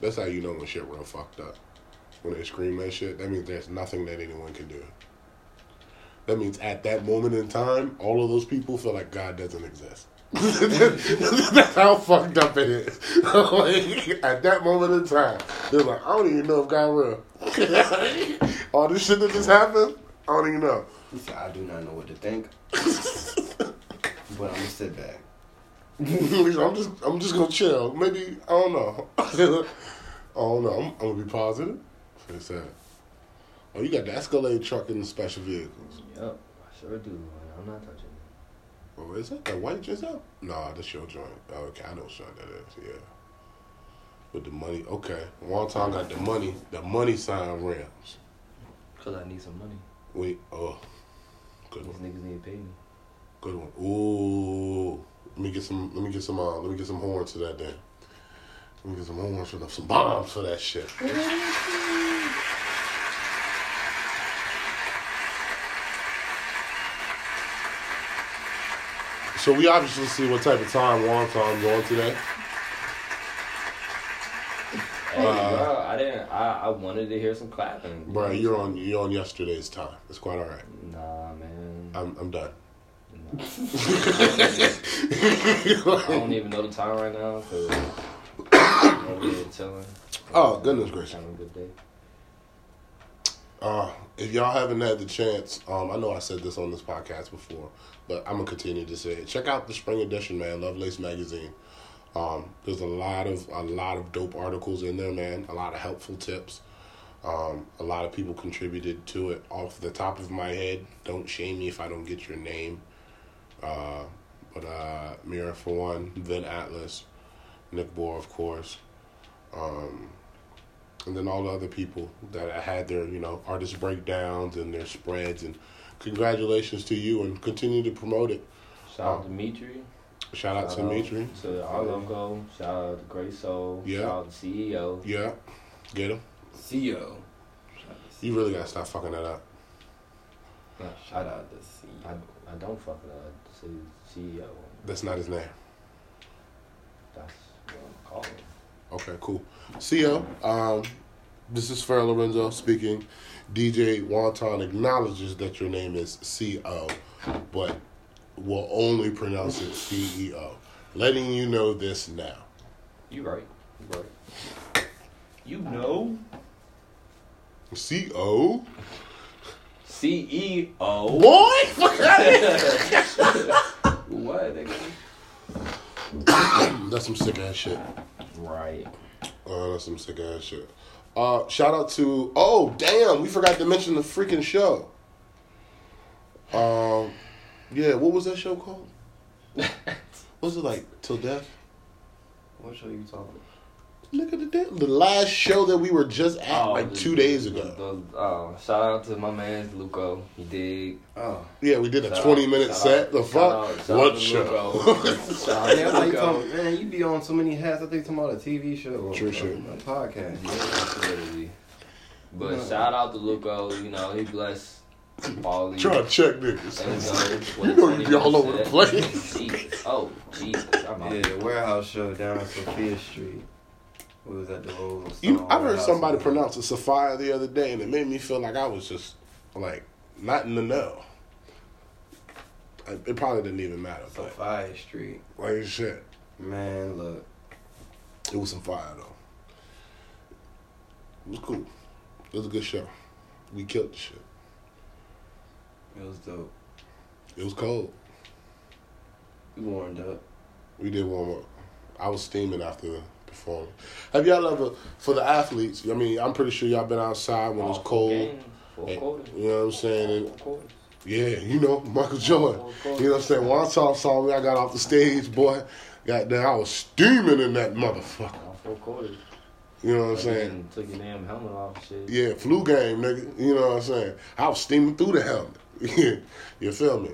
That's how you know when shit real fucked up. When they scream that shit, that means there's nothing that anyone can do. That means at that moment in time, all of those people feel like God doesn't exist. <laughs> That's how fucked up it is. <laughs> Like, at that moment in time, they're <laughs> like, I don't even know if God real. all this shit that just happened, I don't even know.
He said, I do not know what to think.
<laughs>
but I'm gonna sit back.
I'm just I'm just gonna chill. Maybe I don't know. <laughs> I don't know. I'm, I'm gonna be positive. It's that. Oh, you got the Escalade truck in the special vehicles.
Yup, I sure do. I'm not touching it.
Oh, is that that white Giselle? Nah, that's your joint. Oh, okay, I know what joint that is. Yeah. With the money, okay. One time got the money, the money sign Rams.
Cause I need some money.
Wait, oh, good
These
one,
niggas need to pay me.
good one. Ooh, let me get some, let me get some, uh, let me get some horns to that then. Let me get some horns for the, some bombs for that shit. So we obviously see what type of time Juan Tom going today.
Hey, bro, I didn't. I, I wanted to hear some clapping.
Bro, you're on you're on yesterday's time. It's quite all right.
Nah, man.
I'm I'm done. <laughs>
Nah. I don't even know the time right now. Cause I'm over here chilling.
Oh, goodness gracious.
Having a good day.
uh, if y'all haven't had the chance, um, I know I said this on this podcast before, but I'm gonna continue to say it. Check out the spring edition, man. Lovelace magazine. Um, there's a lot of a lot of dope articles in there, man. A lot of helpful tips. Um, a lot of people contributed to it. Off the top of my head, don't shame me if I don't get your name. Uh, but uh, Mira for one, then Atlas, Nick Bohr, of course. Um, and then all the other people that had their you know artist breakdowns and their spreads and congratulations to you and continue to promote it
Shout out to Dimitri.
shout out to
Shout out.
Dimitri.
To our logo. Shout out to Great Soul.
Yeah.
Shout out to E CEO.
yeah get him
CEO.
you really gotta stop fucking that up
Shout out to E CEO.
I, I don't fuck uh, it up. I say CEO.
that's not his name
E That's what I'm calling. it.
okay cool see ya um this is Fer Lorenzo speaking. DJ Wanton acknowledges that your name is CO, but will only pronounce it CEO. Letting you know this now.
You right. You right. You know.
CO?
CEO.
Boy! <laughs> Fuck out
<laughs> what? Nigga?
Mm, That's some sick ass shit.
Right.
Oh, that's some sick ass shit. Uh, shout out to oh damn, we forgot to mention the freaking show. Um, yeah, what was that show
<laughs>
called? was it like Till Death?
What show you talking about?
Look at the damn the last show that we were just at
Oh,
like
the-
two days
the-
ago.
the- oh, shout out to my man Luco. He dig.
Oh.
Yeah, we did a
Shout
twenty
out,
minute
shout
set.
out,
the
shout
fuck?
out, shout out
What
to
<laughs> show?
Luco. Shout out
Yeah,
to
I'm like,
Luco.
talking, man, you be on so many hats. I think talking about a TV show or
True
a,
shit.
a podcast.
Literally. But shout out to Luco. You know he blessed Paulie.
Trying to check
And
<laughs> niggas.
so,
You know you be all over the place.
<laughs> Jesus. Oh Jesus! I'm out.
Yeah, the warehouse show down on Sophia Street. We was at the old.
You,
Stone
I heard
Warehouse.
somebody pronounce it Sapphire the other day, and it made me feel like I was just like not in the know. I, it probably didn't even matter, but
Sophia Street.
like shit,
Man, look.
it was some fire though. It was cool. It was a good show. We killed the shit.
It was dope.
It was cold.
We warmed up.
We did warm up. I was steaming after the performance. Have y'all ever for the athletes? I mean, I'm pretty sure y'all been outside when it's
Four
cold.
games, Four
and-
quarters.
you know what I'm saying? And-
Four quarters.
Yeah, you know, Michael
of
Jordan.
course.
You know what I'm saying? When I saw, saw me, I got off the stage, boy. Goddamn, I was steaming in that motherfucker.
All Four quarters.
You know what I'm
Like,
saying?
you Took your damn helmet off. and Shit.
Yeah, flu game, nigga. You know what I'm saying? I was steaming through the helmet. <laughs> you feel me?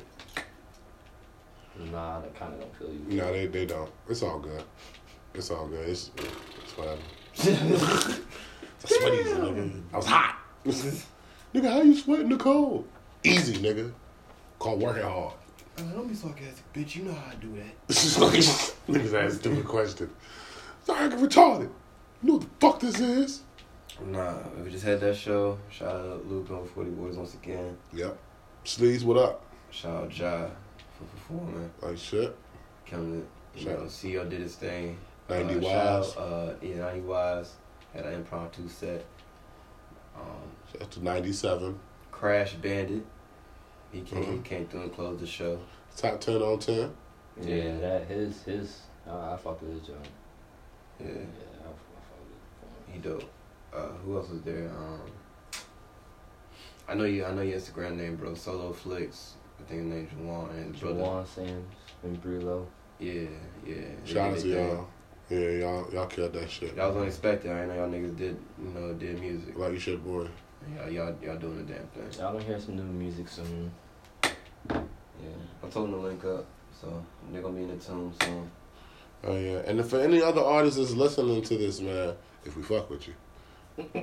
Nah, that kind of don't feel you.
No, they, they don't. It's all good. It's all good. It's, it's whatever. It's sweaty, nigga. I was hot. <laughs> nigga, how you sweating the cold? Easy, nigga. Called working hard.
Uh, don't be sarcastic, bitch. You know how I do that.
It's just like <laughs> niggas ask stupid question. Sorry, I get retarded. You know what the fuck this is?
Nah, we just had that show. Shout out Luke on 40 Boys once again.
Yep. Sleaze, what up?
Shout out Ja for performing.
Like shit.
Coming to, you
Shout
know,
out.
CEO did his thing.
90
uh,
Wise.
Shout out, uh, yeah, 90 Wise had an impromptu set. Um,
Shout out to 97.
Crash Bandit. He came he came through and closed the show.
Top ten on ten.
Yeah, that his his. I I fuck with his joint. Yeah,
Yeah,
I, I fuck
he dope. Uh, who else was there? Um, I know you. I know your Instagram name, bro. Solo Flicks. I think his name's Juwan and his
with him.
brother.
Jawan Sims and Brillo.
Yeah, yeah. they
Shout out
did
to
their
y'all. Yeah, y'all y'all killed that shit.
thing. That was unexpected. I didn't know y'all niggas did, you know, did music.
like you should, boy.
Y'all, y'all, y'all doing the damn thing.
Y'all gonna hear some new music soon. Yeah.
I told them to link up, so they're gonna be in the tune soon.
Oh yeah, and if any other artists is listening to this, man, if we fuck with you, <laughs>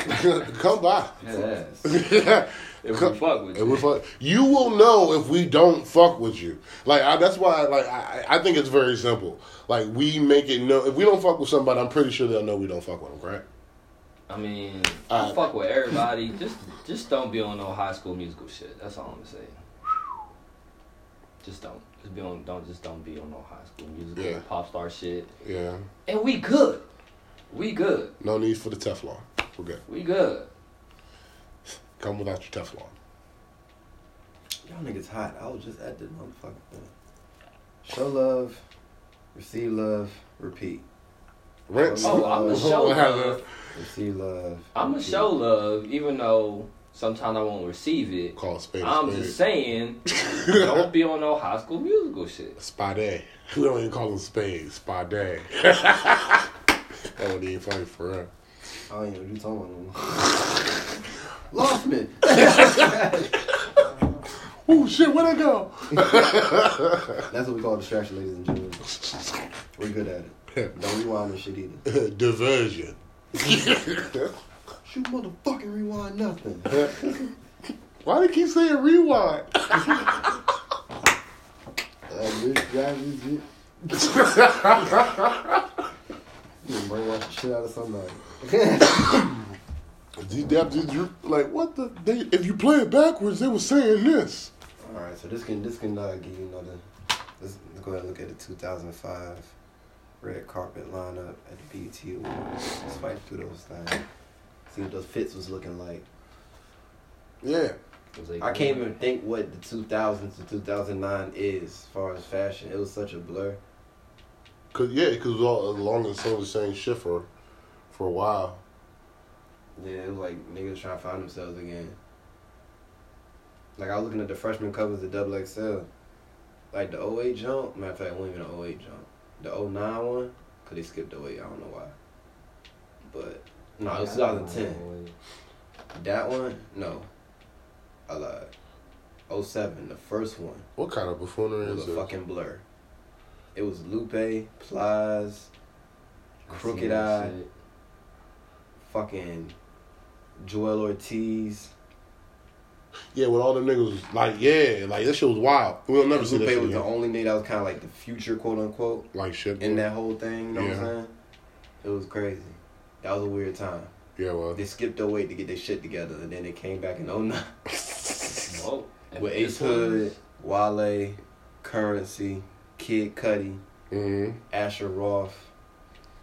come by.
Yeah,
<laughs>
If
Co-
we fuck with
If we
you.
fuck, you will know if we don't fuck with you. Like I, that's why, like I, I I think it's very simple. Like we make it know if we don't fuck with somebody, I'm pretty sure they'll know we don't fuck with them, right?
I mean,
Uh,
I fuck with everybody. Just just don't be on no high school musical shit. That's all I'm gonna say. Just don't. Just be on. Don't just don't be on no high school musical
Yeah.
pop star shit.
Yeah.
And we good. We good.
No need for the Teflon. We're good.
We good.
Come without your Teflon.
y'all niggas hot. I was just at this motherfucker thing. Show love, receive love, repeat.
Rinse.
Oh, I'm
<laughs>
Uh,
a show love.
Receive love.
I'm a
repeat.
show love, even though sometimes I won't receive it.
Call spade. a
I'm
spade. <laughs>
just saying, don't be on no high school musical shit.
Spade. We don't even call them spades. Spade. that would even funny for real.
I don't even know what you talking about. <laughs> Lost me.
Oh shit, where'd I go?
That's what we call distraction, ladies and gentlemen. We're good at it. Don't rewind this shit
<laughs> <laughs>
either.
Diversion.
Shoot, motherfucking rewind nothing.
<laughs> Why do you keep saying rewind?
Uh, bitch, guys, you get- you can brainwash the shit out of somebody.
<laughs>
<laughs>
Did that- did you- like what the? They, if you play it backwards, they were saying this.
All right, so this can this can uh, give you another. Let's, let's go ahead and look at the 2005 red carpet lineup at the BET Awards. Let's fight through those things. See what those fits was looking like.
Yeah,
Was like-
I can't even think what the 2000s to 2009 is as far as fashion. It was such a blur.
cause yeah, cause all, as long as someone was saying shit for, for a while.
Yeah, it was like niggas trying to find themselves again. Like I was looking at the freshman covers of Double XL. Like the 08 jump, matter of fact, it wasn't even the 08 jump. The 09 one, because they skipped the 08, I don't know why. But, no, it was 2010. That one, no. I lied. 07, the first one,
What kind of buffoonery
was
is
a
it?
fucking blur. It was Lupe, Plies,
I seen
Crooked
that
Eye.
shit.
fucking Joel Ortiz.
Yeah, when all them niggas was like, yeah, like this shit was wild. We'll never see
Lupe
that shit
was the
again.
only nigga that was kind of like the future, quote unquote,
Like shit.
in that whole thing. You know what
Yeah.
I'm saying? It was crazy. That was a weird time.
Yeah, well,
They skipped their way to get their shit together, and then they came back in 09
Whoa.
with Ace Hood, Wale, Currency, Kid Cudi,
mm-hmm.
Asher Roth.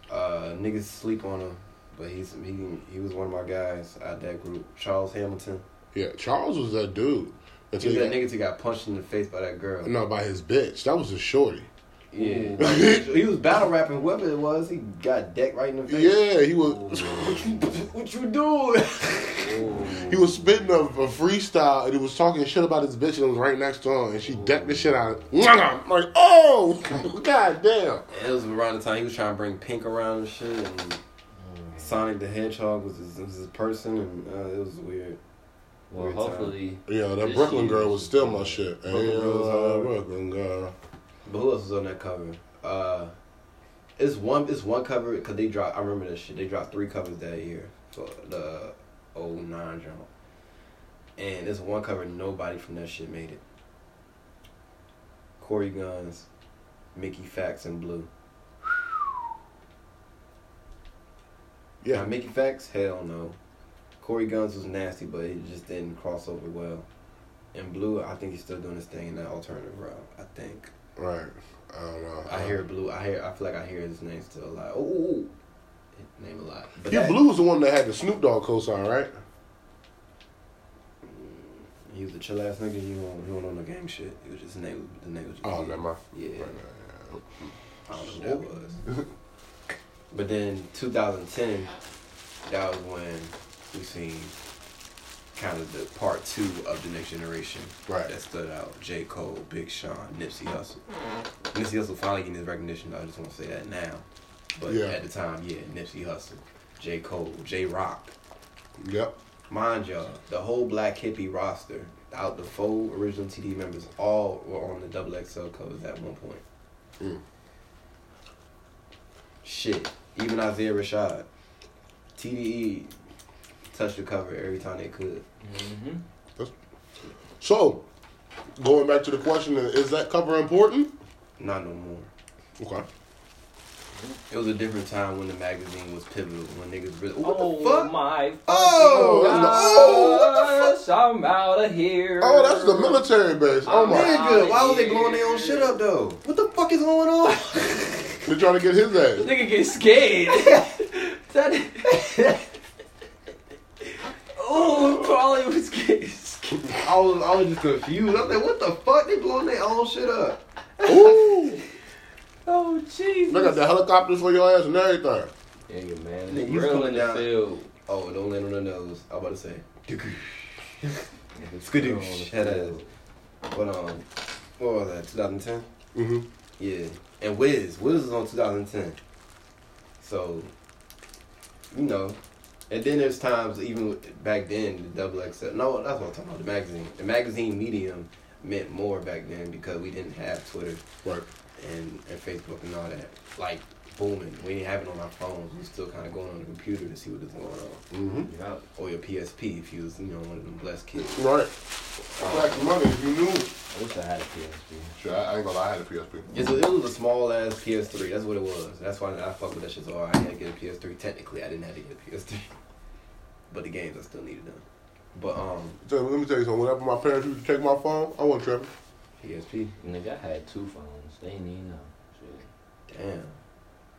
Uh, niggas sleep on him, but he's he he was one of my guys out that group. Charles Hamilton.
yeah. Charles was that dude. Until
He was
he
that
got,
nigga that got punched in the face by that girl.
no, by his bitch. That was a shorty.
Yeah, he was battle rapping. Whoever it was, he got decked right in the face. Oh,
Yeah, he was.
What you, what you doing?
He was spitting a, a freestyle and he was talking shit about his bitch and it was right next to him and she decked the shit out. of him. Like, oh, <laughs> god damn.
<laughs> it was around the time he was trying to bring Pink around and shit. And Sonic the Hedgehog was his, was his person, and uh, it was weird.
Well,
Weird time.
hopefully,
Yeah, that
This
Brooklyn
shit
girl
is-
was still my shit. Hey,
Brooklyn girl was
uh,
hard.
Brooklyn girl.
But who else was on that cover? Uh, it's one. It's one cover because they dropped. I remember this shit. They dropped three covers that year for the old nine jump. And it's one cover. Nobody from that shit made it. Corey Guns, Mickey Fax, and Blue.
Yeah,
Now, Mickey Fax, hell no. Corey Guns was nasty, but it just didn't cross over well. And Blue, I think he's still doing his thing in that alternative route. I think.
right. I don't know.
I hear blue. I hear. I feel like I hear his name still a lot. Oh, ooh, ooh. His name a lot. But
Yeah,
that-
Blue was the one that had the Snoop Dogg cosign, right?
He was a chill ass nigga. He wasn't, he wasn't on no game shit. He was just nigga. The nigga was just.
Oh, never mind.
Yeah.
Right, right, right.
I don't know what that was. but then 2010, that was when we seen kind of the part two of the next generation
Right.
that stood out. J. Cole, Big Sean, Nipsey Hussle. Nipsey Hussle finally getting his recognition. I just want to say that now. But
Yeah.
at the time, yeah, Nipsey Hussle, J. Cole, J. Rock.
Yep.
Mind y'all, the whole black hippie roster, out the four original TD members, all were on the double XL covers at one point.
Mm.
Shit, even Isaiah Rashad, TDE touched the cover every time they could.
Mm-hmm.
So, going back to the question, is that cover important?
Not no more.
Okay.
It was a different time when the magazine was pivotal, when niggas really. What
Oh
the fuck?
my!
Oh,
fucking
that's the- oh,
gosh, I'm out of here.
Oh, that's the military base. Oh my!
Nigga, why was they blowing their own shit up though? What the fuck is going on?
They're trying to get his
This
ass.
nigga get
<laughs>
scared. that. oh, probably was getting scared.
<laughs> I was, I was just confused. I'm like, what the fuck? They blowing their own shit up.
Ooh,
<laughs> Oh,
they
Jesus.
got the helicopters for your ass and everything.
Nigga, man,
Nigga,
nigga,
you
real
coming
in the
down.
field.
Oh, don't land on the nose. I'm about to say.
Nigga,
Skadoosh.
real in the
Head
field.
But um, what was that? 2010.
Mm-hmm.
Yeah, and Wiz, Wiz was on 2010. So, you know, and then there's times even with- back then the double XL. No, that's what I'm talking about. The magazine, the magazine medium meant more back then because we didn't have Twitter
Right.
and, and Facebook and all that. Like booming, we didn't have it on our phones. We still kind of going on the computer to see what is going on,
Mm-hmm.
Yup.
or your PSP if you was you know one of them blessed kids.
Right. Black money, if you knew.
I wish I had a PSP.
Shit, I, I ain't gonna lie, I had a PSP.
It's a, it was a small ass PS3. That's what it was. That's why I fuck with that shit so hard. I had to get a PS3. Technically, I didn't have to get a PS3, <laughs> but the games I still needed them. But um,
So, let me tell you something. Whenever my parents used to take my phone, I wasn't tripping.
PSP.
Nigga, I had two phones. They ain't even know. Shit.
Damn,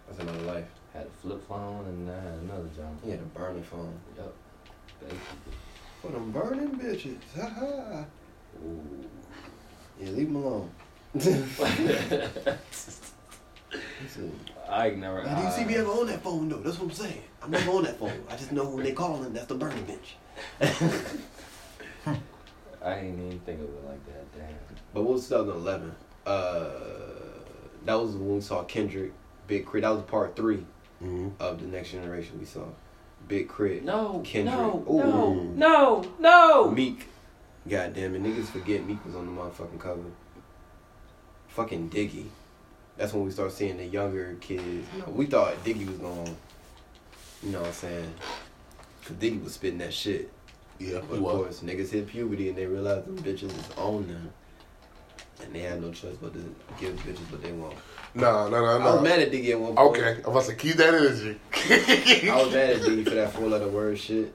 that's another life.
Had a flip phone and I had another jump.
He had a burning phone.
Yup. Basically.
For them burning bitches. <laughs> Ha
Ooh.
Yeah, leave him <laughs> alone.
<laughs> I ignore
Now, do you see me ever on that phone though? That's what I'm saying. I'm never on that phone. I just know who they calling. That's the burning bitch.
I didn't even think of it like that. Damn.
But what was 2011? Uh, that was when we saw Kendrick, Big Crit. That was part three
Mm-hmm.
of the next generation. We saw Big Crit,
No.
Kendrick.
No.
Ooh.
No. No.
Oh.
No.
Meek. God damn it, niggas forget Meek was on the motherfucking cover. Fucking Diggy. That's when we start seeing the younger kids. You know, we thought Diggy was going, you know what I'm saying? Cause Diggy was spitting that shit.
Yeah,
But of course, niggas hit puberty and they realize them bitches is on them. And they have no choice but to give bitches what they want.
Nah, nah,
I
nah,
was
nah.
mad at Diggy at one point.
Okay, I'm about to keep that energy.
I was mad at Diggy for that four letter word shit.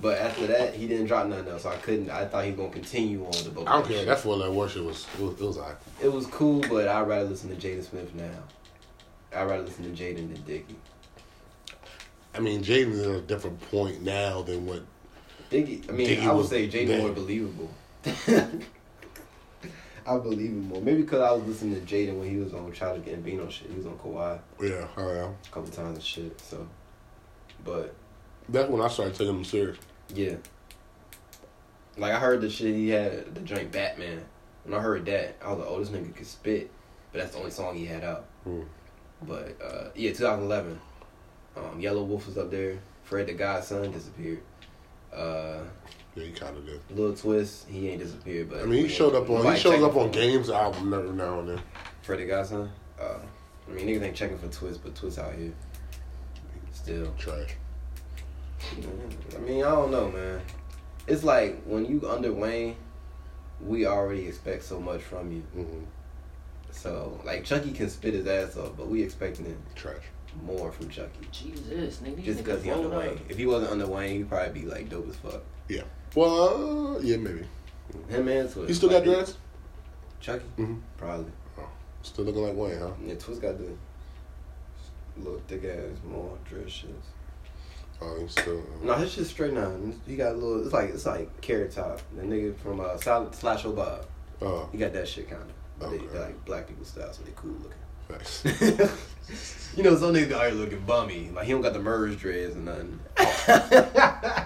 But after that, he didn't drop nothing else. So I couldn't. I thought he was gonna continue on the
<laughs>
book.
I don't care. That four letter worship was it was, it was alright.
It was cool, but I'd rather listen to Jaden Smith now. I'd rather listen to Jaden than Diggy.
I mean, Jaden's at a different point now than what.
Diggy. I mean,
Diggy
I would
was
say Jaden
bad.
more believable. <laughs> I believe him more. Maybe because I was listening to Jaden when he was on Childish Gambino shit. He was on Kawhi.
Yeah, I am.
couple times and shit. So, but
That's when I started taking them serious.
yeah, like I heard the shit he had the joint Batman. When I heard that, I was like, oh, this nigga can spit. But that's the only song he had out.
Hmm.
But uh, yeah, 2011. Um, Yellow Wolf was up there. Fred the Godson disappeared. Uh,
Yeah, he kind of did.
Lil Twist, he ain't disappeared. But
I mean, he showed up on he
Nobody
shows
checking
up on
for him.
games album every now and then.
Fred the Godson. Uh, I mean, niggas ain't checking for Twist, but Twist out here still.
Trash.
I mean, I don't know, man. It's like when you under Wayne, we already expect so much from you.
Mm-hmm.
So like Chucky can spit his ass off, but we expecting it
Trash.
more from Chucky.
Jesus, nigga.
Just because he under Wayne. If he wasn't under Wayne, he'd probably be like dope as fuck.
Well, uh, yeah, maybe.
Him and Twist.
He still got
like,
dreads.
Chucky?
Mhm.
Probably.
Still looking like Wayne, huh?
Yeah, Twist got the little thick ass more dress shits.
Oh, he's still.
No, his shit's straight now. He got a little. It's like it's like carrot top. The nigga from uh, Sal- Slash O Bob.
Oh,
He got that shit kind of. But they,
Okay.
they like black people style, so they cool looking. <laughs>
facts.
you know, some niggas be out here looking bummy. Like he don't got the merge dreads and nothing.
<laughs>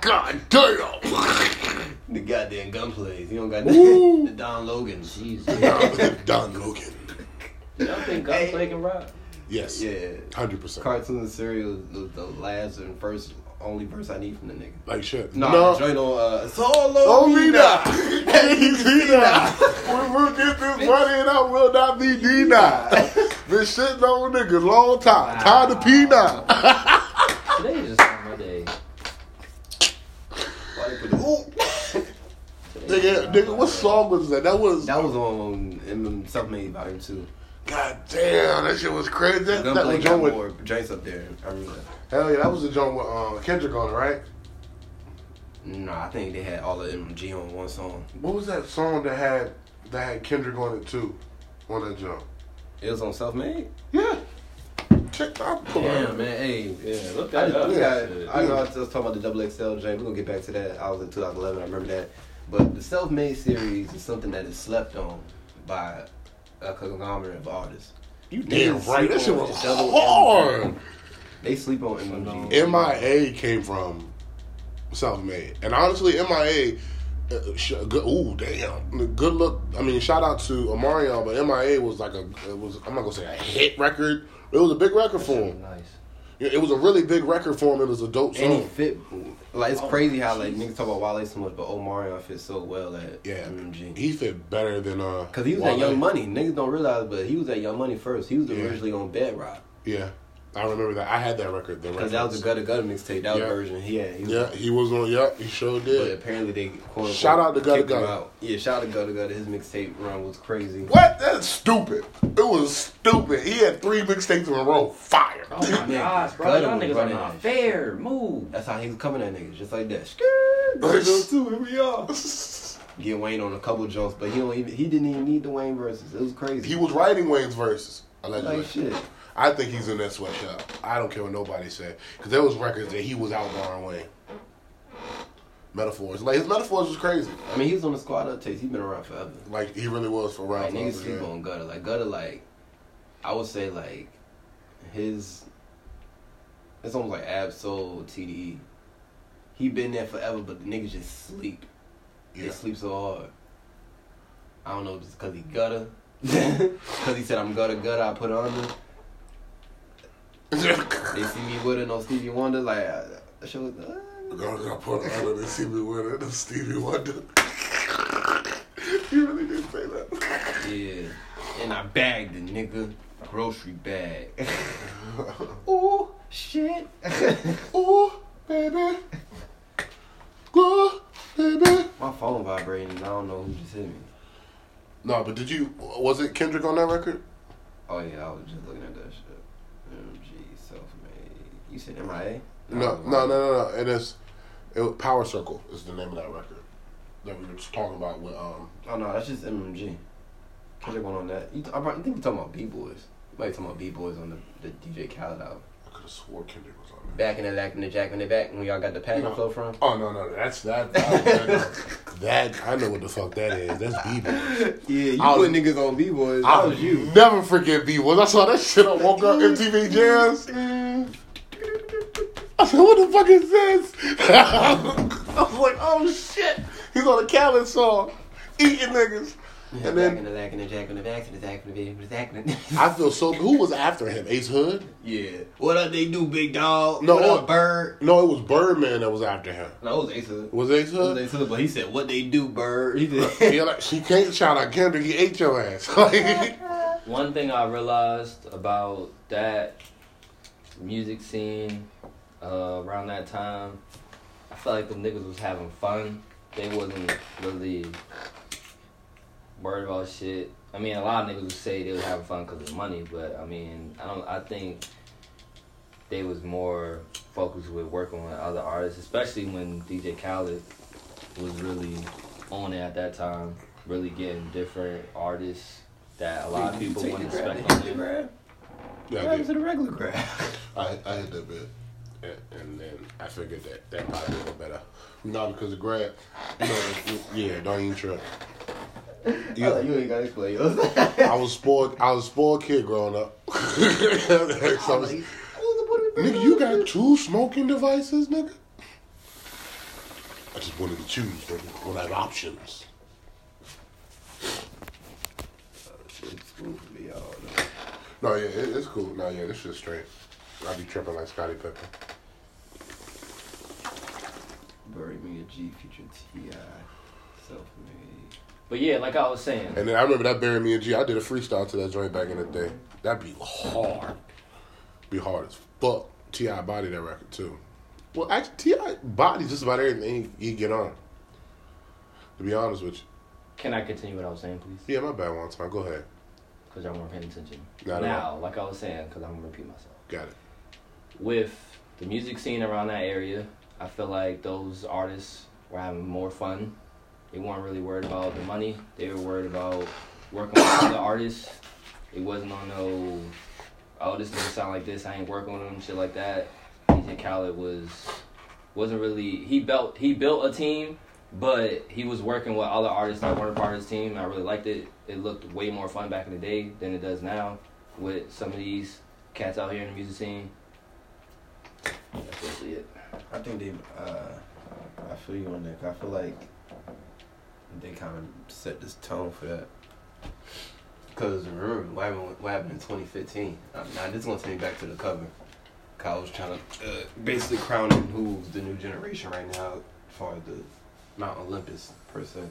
God damn!
The goddamn gunplays. He don't got
Woo!
<laughs> the Don Logans. <laughs>
Jesus.
Don, <laughs> Don Logan.
Y'all think God
Hey.
Play can rock?
Yes.
Yeah.
100%.
Cartoon and cereal, the, the last and first, only verse I need from the nigga.
like shit.
Nah,
no.
no. join on uh, Solo
Only
Mina.
that. <laughs> We will get this money and I will not be
<laughs>
denied. Been shitting on niggas long time. Tired of P9.
Today is just not my day.
Why they put the- Ooh.
Today is
<laughs> nigga,
not
nigga,
my
what
day.
song was that? That was,
That was on um, Self Made Volume 2.
God damn, that shit was crazy. That, that
Gunplay
was John
got
with,
more joints up there. I remember that.
hell yeah, that was the joint with um, Kendrick on it, right?
Nah, I think they had all of MG on one song.
What was that song that had that had Kendrick on it too? On that joint?
It was on Self Made?
Yeah. Check that out. pull
Damn,
up.
man. Hey.
Yeah, look that
I, just,
up.
we got,
Shit.
I know I was just talking about the double XL joint. We're gonna get back to that. I was in 2011. I remember that. But the Self Made series is something that is slept on by a conglomerate of artists.
You
Niggas
damn right. That
sleep
shit
on
was
double
hard.
They sleep on MG.
MIA came from South Made, and honestly, MIA. Uh, sh- good, ooh, damn! Good look. I mean, shout out to Omarion, but MIA was like a it was. I'm not gonna say a hit record. It was a big record for him.
Nice.
It was a really big record for him. It was a dope
And he
song.
fit like
oh,
it's crazy how like niggas talk about Wale so much, but Omarion fit so well at
Yeah,
MG.
he fit better than uh.
Cause he was at
Wale.
Young Money. Niggas don't realize, but he was at Young Money first. He was
Yeah.
originally on Bedrock.
Yeah, I remember that. I had that record. The
Cause that was
reference.
a gutter gutter mixtape. That was
Yeah.
version he had. He was-
Yeah, he was on. Yeah, he sure
But
did.
apparently they quote
Shout out to Gutter
kicked him
Gutter.
out. Yeah, shout out to Gutter Gutter. His mixtape run was crazy.
What? That's stupid. It was stupid. He had three mixtapes in a row. Fire.
Oh my
Yeah,
gosh, bro.
Gutter
Y'all
was
niggas are
running
not
that
fair. Move.
That's how he was coming at niggas, just like that. Skirt. Those two, here we are. Get Wayne on a couple jumps, but he don't even he didn't even need the Wayne verses. It was crazy.
<laughs> He was writing Wayne's verses. Allegedly.
like shit.
I think he's in that sweatshop. I don't care what nobody said. Because there was records that he was outbarring Wayne. Metaphors. Like, his metaphors was crazy.
I mean, he was on the squad uptakes. He's been around forever.
Like, he really was for
Like
Ralph.
niggas
Lauren, <laughs>
sleep
yeah.
on Gutter. Like Gutter, like I would say, like his it's almost like Absol TDE. E. He been there forever, but the niggas just sleep. They
Yeah.
sleep so hard. I don't know if it's because he gutter, <laughs> because he said I'm gutter gutter. I put it under. They see me with it on Stevie Wonder. Like I, that shit was. Uh,
Girl got put under the Stevie Wonder. The Stevie Wonder. he really did say that.
Yeah. And I bagged the nigga. Grocery bag. Ooh, shit. <laughs>
Ooh, baby. Ooh, baby.
My phone vibrating and I don't know who just hit me.
No, but did you? Was it Kendrick on that record?
Oh yeah, I was just looking at that shit. MG self made. You said MIA?
No, no, no, no, no. It is. It was Power Circle is the name of that record that we were just talking about with um.
Oh no, that's just MMG. Kendrick went on that. You th- I probably- I think you're talking about B Boys. You might be talking about B Boys on the, the DJ Khaled album.
I could have swore Kendrick was on that.
Back in the lack in the jack in the back when y'all got the pack
No.
and flow from.
Oh no no that's that that, <laughs> that, that I know what the fuck that is that's B boys.
<laughs> Yeah, you
I was-
put niggas on B Boys.
I'll
<laughs>
never forget B boys. I saw that shit on woke up MTV jams. I said what the fuck is this? <laughs> I was like oh shit he's on a Khaled song eating niggas and
back in
then
the lack in the jack in the back in the jack in the back in the jack in the
I feel so who was after him Ace Hood
<laughs> Yeah. What up, they do, big dog?
No,
what
uh,
up, bird?
no it was Birdman that was after him
No, it was Ace Hood.
was Ace
It was
Hood
<laughs> Ace Hood, but he said, what they do, bird? He
Yeah,
<laughs> did.
like, she can't shout out Kendrick. He ate your ass. <laughs> Like,
One thing I realized about that music scene uh, around that time, I felt like the niggas was having fun. They wasn't really worried about shit. I mean, a lot of niggas would say they was having fun because of money, but I mean, I don't. I think they was more focused with working with other artists, especially when DJ Khaled was really on it at that time, really getting different artists that a lot of people wouldn't expect on there.
grab.
yeah, I, did.
<laughs>
the regular grab.
I, I hit that bit. And- And then I figured that that probably would better. Not because of grab. No, yeah, don't even trip.
You,
You-
you ain't gotta explain <laughs> yourself.
I was spoiled. I was spoiled kid growing up. <laughs> So I was- nigga, you got two smoking devices, nigga. I just wanted to choose. nigga, When I have options.
It's cool for me, y'all.
No, yeah, it, it's cool. No, yeah, this shit's straight. I be tripping like Scotty Pepper.
Bury me a G future T.I. Self-made.
But yeah, like I was saying,
And then I remember that burying me and G. I did a freestyle to that joint back in the day. That be hard. Be hard as fuck. Ti body that record too. Well, actually, Ti body just about everything he, he get on. To be honest with you,
can I continue what I was saying, please?
yeah, my bad one time. Go ahead.
Because y'all weren't paying attention.
Not at
now, like I was saying, because I'm gonna repeat myself.
Got it.
With the music scene around that area, I feel like those artists were having more fun. They weren't really worried about the money. They were worried about working with other artists. It wasn't on no, oh, this doesn't sound like this. I ain't working with him, shit like that. DJ Khaled was wasn't really he built he built a team, but he was working with other artists that weren't part of his team. I really liked it. It looked way more fun back in the day than it does now with some of these cats out here in the music scene. That's basically it.
I think they. Uh, I feel you on that. 'cause I feel like they kind of set this tone for that. Because remember what happened, what happened in 2015. Um, now this is gonna take me back to the cover. Kyle was trying to uh, basically crown who's the new generation right now, as far as the Mount Olympus per se.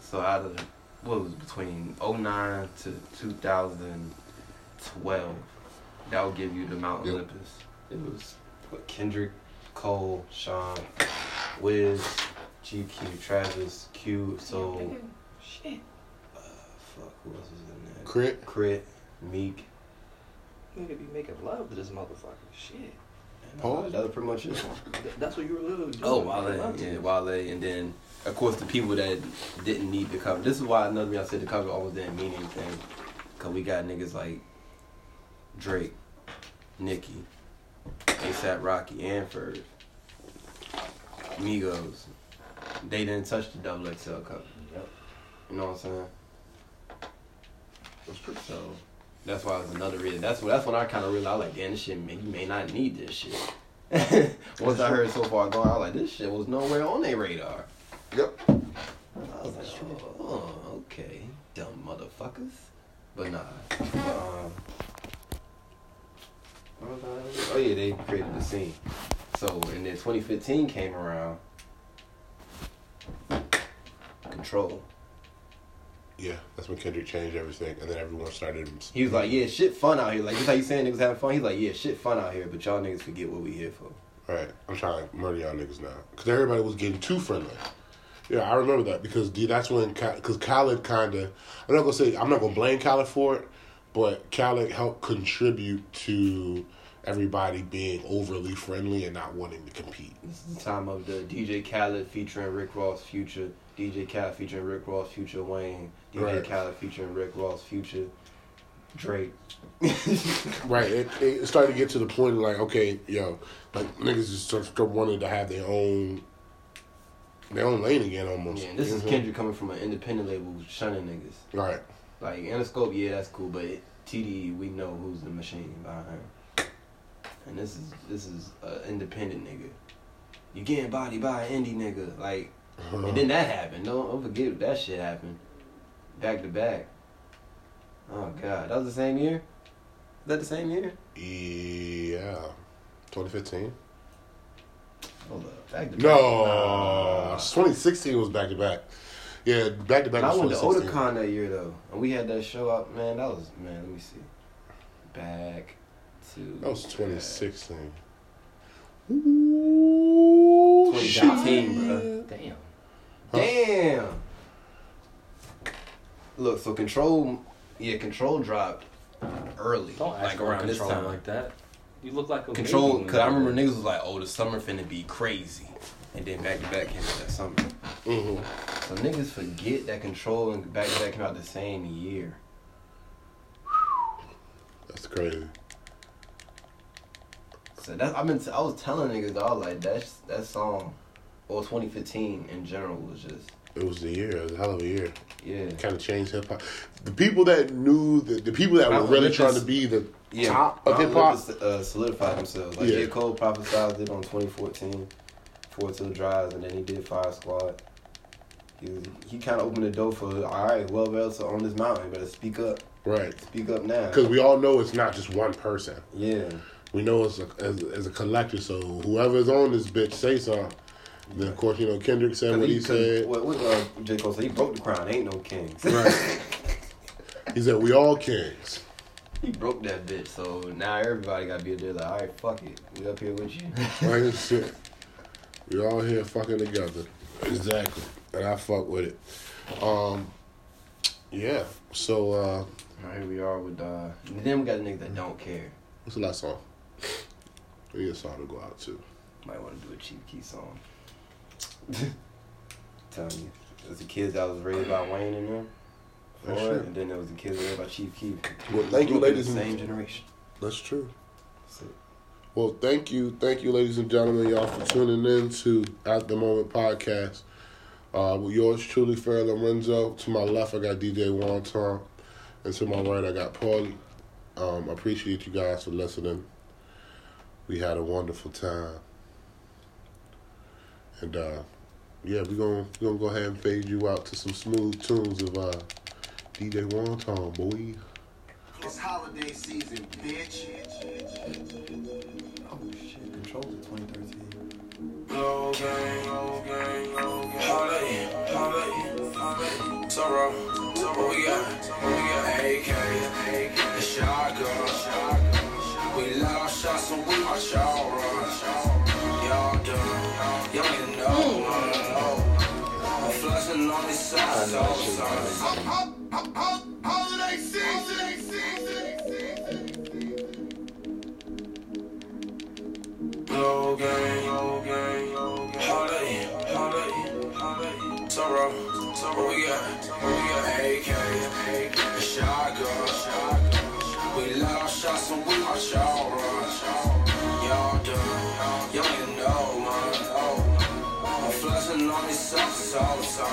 So out of what was between 09 to 2012, that would give you the Mount
Yep.
Olympus. It was what, Kendrick, Cole, Sean, Wiz, GQ, Travis, Q, Soul.
Shit.
Uh, fuck, who else was in there?
Crit.
Crit, Meek.
You need to be making love to this motherfucker. Shit.
and, uh,
Pause.
That was pretty much it.
Th- That's what you were literally doing.
Oh,
making
Wale,
love to
yeah,
this.
Wale, and then of course the people that didn't need the cover. This is why another reason I said the cover almost didn't mean anything, cause we got niggas like Drake, Nicki, ASAP Rocky, and Ferg, Migos. They didn't touch the double XL cover.
Yep.
You know what I'm saying? So that's why it was another reason. That's that's when I kind of realized like, damn, this shit may, you may not need this shit. <laughs> Once I heard so far gone, I was like, this shit was nowhere on their radar.
Yep.
I was like, oh, okay, dumb motherfuckers. But nah. But, um, what was I- oh yeah, they created the scene. So and then 2015 came around. Control.
Yeah, that's when Kendrick changed everything, and then everyone started.
He was like, yeah, shit fun out here. Like just how you saying niggas having fun. He's like, yeah, shit fun out here. But y'all niggas forget what we here for.
Right. I'm trying to murder y'all niggas now. Because everybody was getting too friendly. Yeah, I remember that because D, that's when because Khaled kind of I'm not gonna say I'm not gonna blame Khaled for it, but Khaled helped contribute to everybody being overly friendly and not wanting to compete.
This is the time of the DJ Khaled featuring Rick Ross, Future. DJ Khaled featuring Rick Ross, Future Wayne. DJ
Right.
Khaled featuring Rick Ross, Future Drake.
Right. It, it started to get to the point like okay, yo, like niggas just start, start wanting to have their own their own lane again almost.
Yeah, and this is
Mhm.
Kendrick coming from an independent label shunning niggas.
Right.
Like Interscope, yeah, that's cool, but TDE, we know who's the machine behind him. And this is this is an independent nigga. You getting bodied by an indie nigga, like, and then that happened. Don't, don't forget that shit happened, back to back. Oh god, that was the same year. Is that the same year?
Uh-huh. yeah. 2015.
Hold up, back to back.
No, 2016 was back to back. Yeah, back to back.
And I
was
went to
2016.
Otakon that year though, and we had that show up. Man, that was man. Let me see. Back to
That was
back.
2016. Ooh,
2019,
shit.
bruh.
Damn.
Huh?
Damn. Look, so control, yeah, control dropped early,
Don't ask
like around this
control
time.
like that. You look like a
Control,
baby when
cause I
you-
remember niggas was like, "Oh, the summer finna be crazy," and then back to back came out that summer.
Mhm.
So niggas forget that control and back to back came out the same year.
That's crazy.
So said. That, I've been. T- I was telling niggas. I was like, that's that song, or 2015 in general was just
It was the year. It was a hell of a year.
yeah.
Kind of changed hip hop. The people that knew the, the people that were really
Outlived
trying to
this-
be the
Yeah,
top of
Outlived
hip hop.
this, uh, solidified themselves. Like
Yeah.
J. Cole prophesized it on 2014, four till drives, and then he did Fire Squad. He, was- he kind of opened the door for all right, whoever else on this mountain better speak up,
right?
speak up now.
Because we all know it's not just one person.
yeah,
We know it's a, as, as a collective. So whoever's on this bitch say something. Then of course you know Kendrick said what he
'Cause 'cause
said.
What, what uh, J. Cole said? He broke the crown. Ain't no kings. <laughs>
Right. <laughs> he said we all kings.
he broke that bitch. So now everybody gotta be there. Like all right, fuck it, we up
<laughs>
here with you.
Right as shit. We all here fucking together. Exactly. And I fuck with it. Um Yeah. So uh
All right, here we are with. uh Then we got a nigga that don't care.
what's the last song? We get a song to go out to.
Might want to do a cheap
<laughs>
key song. Telling you, it was the kids that was raised by Wayne and them.
That's
Floyd,
true.
and then there was the kids raised by Chief Keef.
Well thank you
Grew up in
ladies
the same
and
generation.
That's true.
So,
Well, thank you, thank you, ladies and gentlemen, y'all for tuning in to At the Moment podcast. Uh, with yours truly, Fair Lorenzo. To my left, I got DJ Juan Tom, and to my right, I got Paulie. Um, I appreciate you guys for listening. We had a wonderful time, and uh, yeah, we're gonna we gonna go ahead and fade you out to some smooth tunes of uh, DJ Juan Tom, boy.
It's holiday season, bitch.
oh shit, Control was 2013.
Low gang, low gang, low gang. Holiday, holiday, holiday. Toro, Toro, we got, we got AK, AK, the shotgun. We let our shots so we watch y'all run. Y'all done, y'all ain't know, no, no, no. I'm flushing on this side, so, so. Holiday season. Low gang, low gang, low gang. Holiday, holiday, holiday. Toro, Toro, we got, we got AK, AK, the shotgun. We let our shots and we watch y'all run. Y'all done, y'all ain't know, man, no. I'm flashing on this up, so, so, so,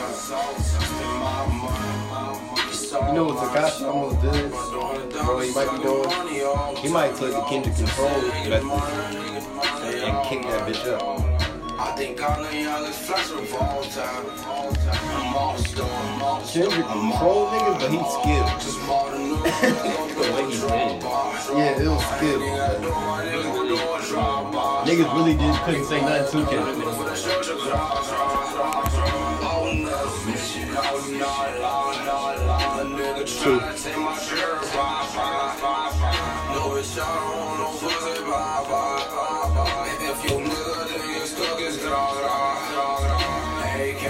so. In my mind, it's all
You know what
mine.
Takashi almost did? Bro, he might be doing. He might take the Kendrick Control method and kick that bitch up.
I think I know y'all look flexible for all time. I'm all store, I'm all store.
Kendrick control niggas, but he skilled.
Just bought a new
<laughs>
the
way he did it.
Yeah, it was skilled. Niggas really just couldn't say nothing to Kendrick.
True. If you nigga, then you stuck is grah, grah, grah, grah. AK,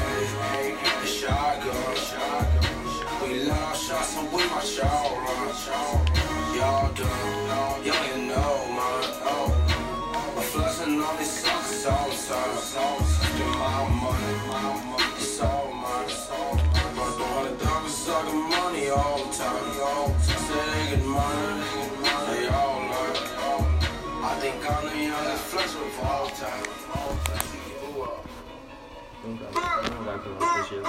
shotgun, shotgun. We let our shots and we watch y'all run. Y'all done, y'all ain't know, man. Oh, I'm flushing all these songs, it's all, it's all, it's all. It's my money, my money, it's all mine, it's all mine. But the one that done was sucking money all the time, all the time. Said they get money, they all learn. I think I'm the youngest flexible for all time. All time. Ooh, uh,
Don't got- don't got come up this year.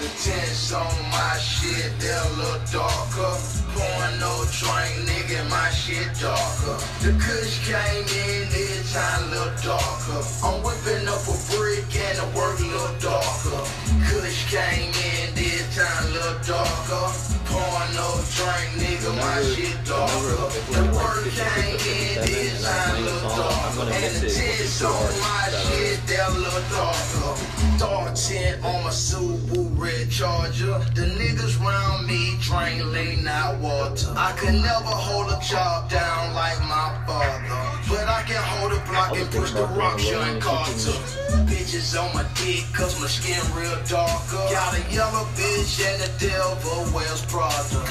The tents on my shit, they a little darker. Pouring no drink, nigga, my shit darker. The kush came in, it time a little darker. I'm whipping up a brick and the work a little darker. Kush came in, it time a little darker. Pouring no drink, nigga, my shit darker. The work came in, it time a little darker. And the tents on my shit, they a little darker. Star 10 on my Subaru red charger. The niggas round me drink lean out water. I could never hold a job down like my father. But I can hold a block and push the rock Sean Carter. Bitches on my dick cause my skin real darker. Got a yellow bitch and a devil Wells Prada.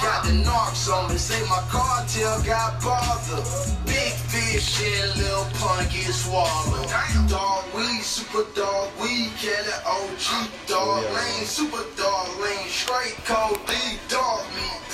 Got the narcs on me, say my cartel got bothered. Big fish and little punk get swallowed. Dog weed, super dog weed, Kelly OG dog lane, super dog lane, straight cold D dog meat.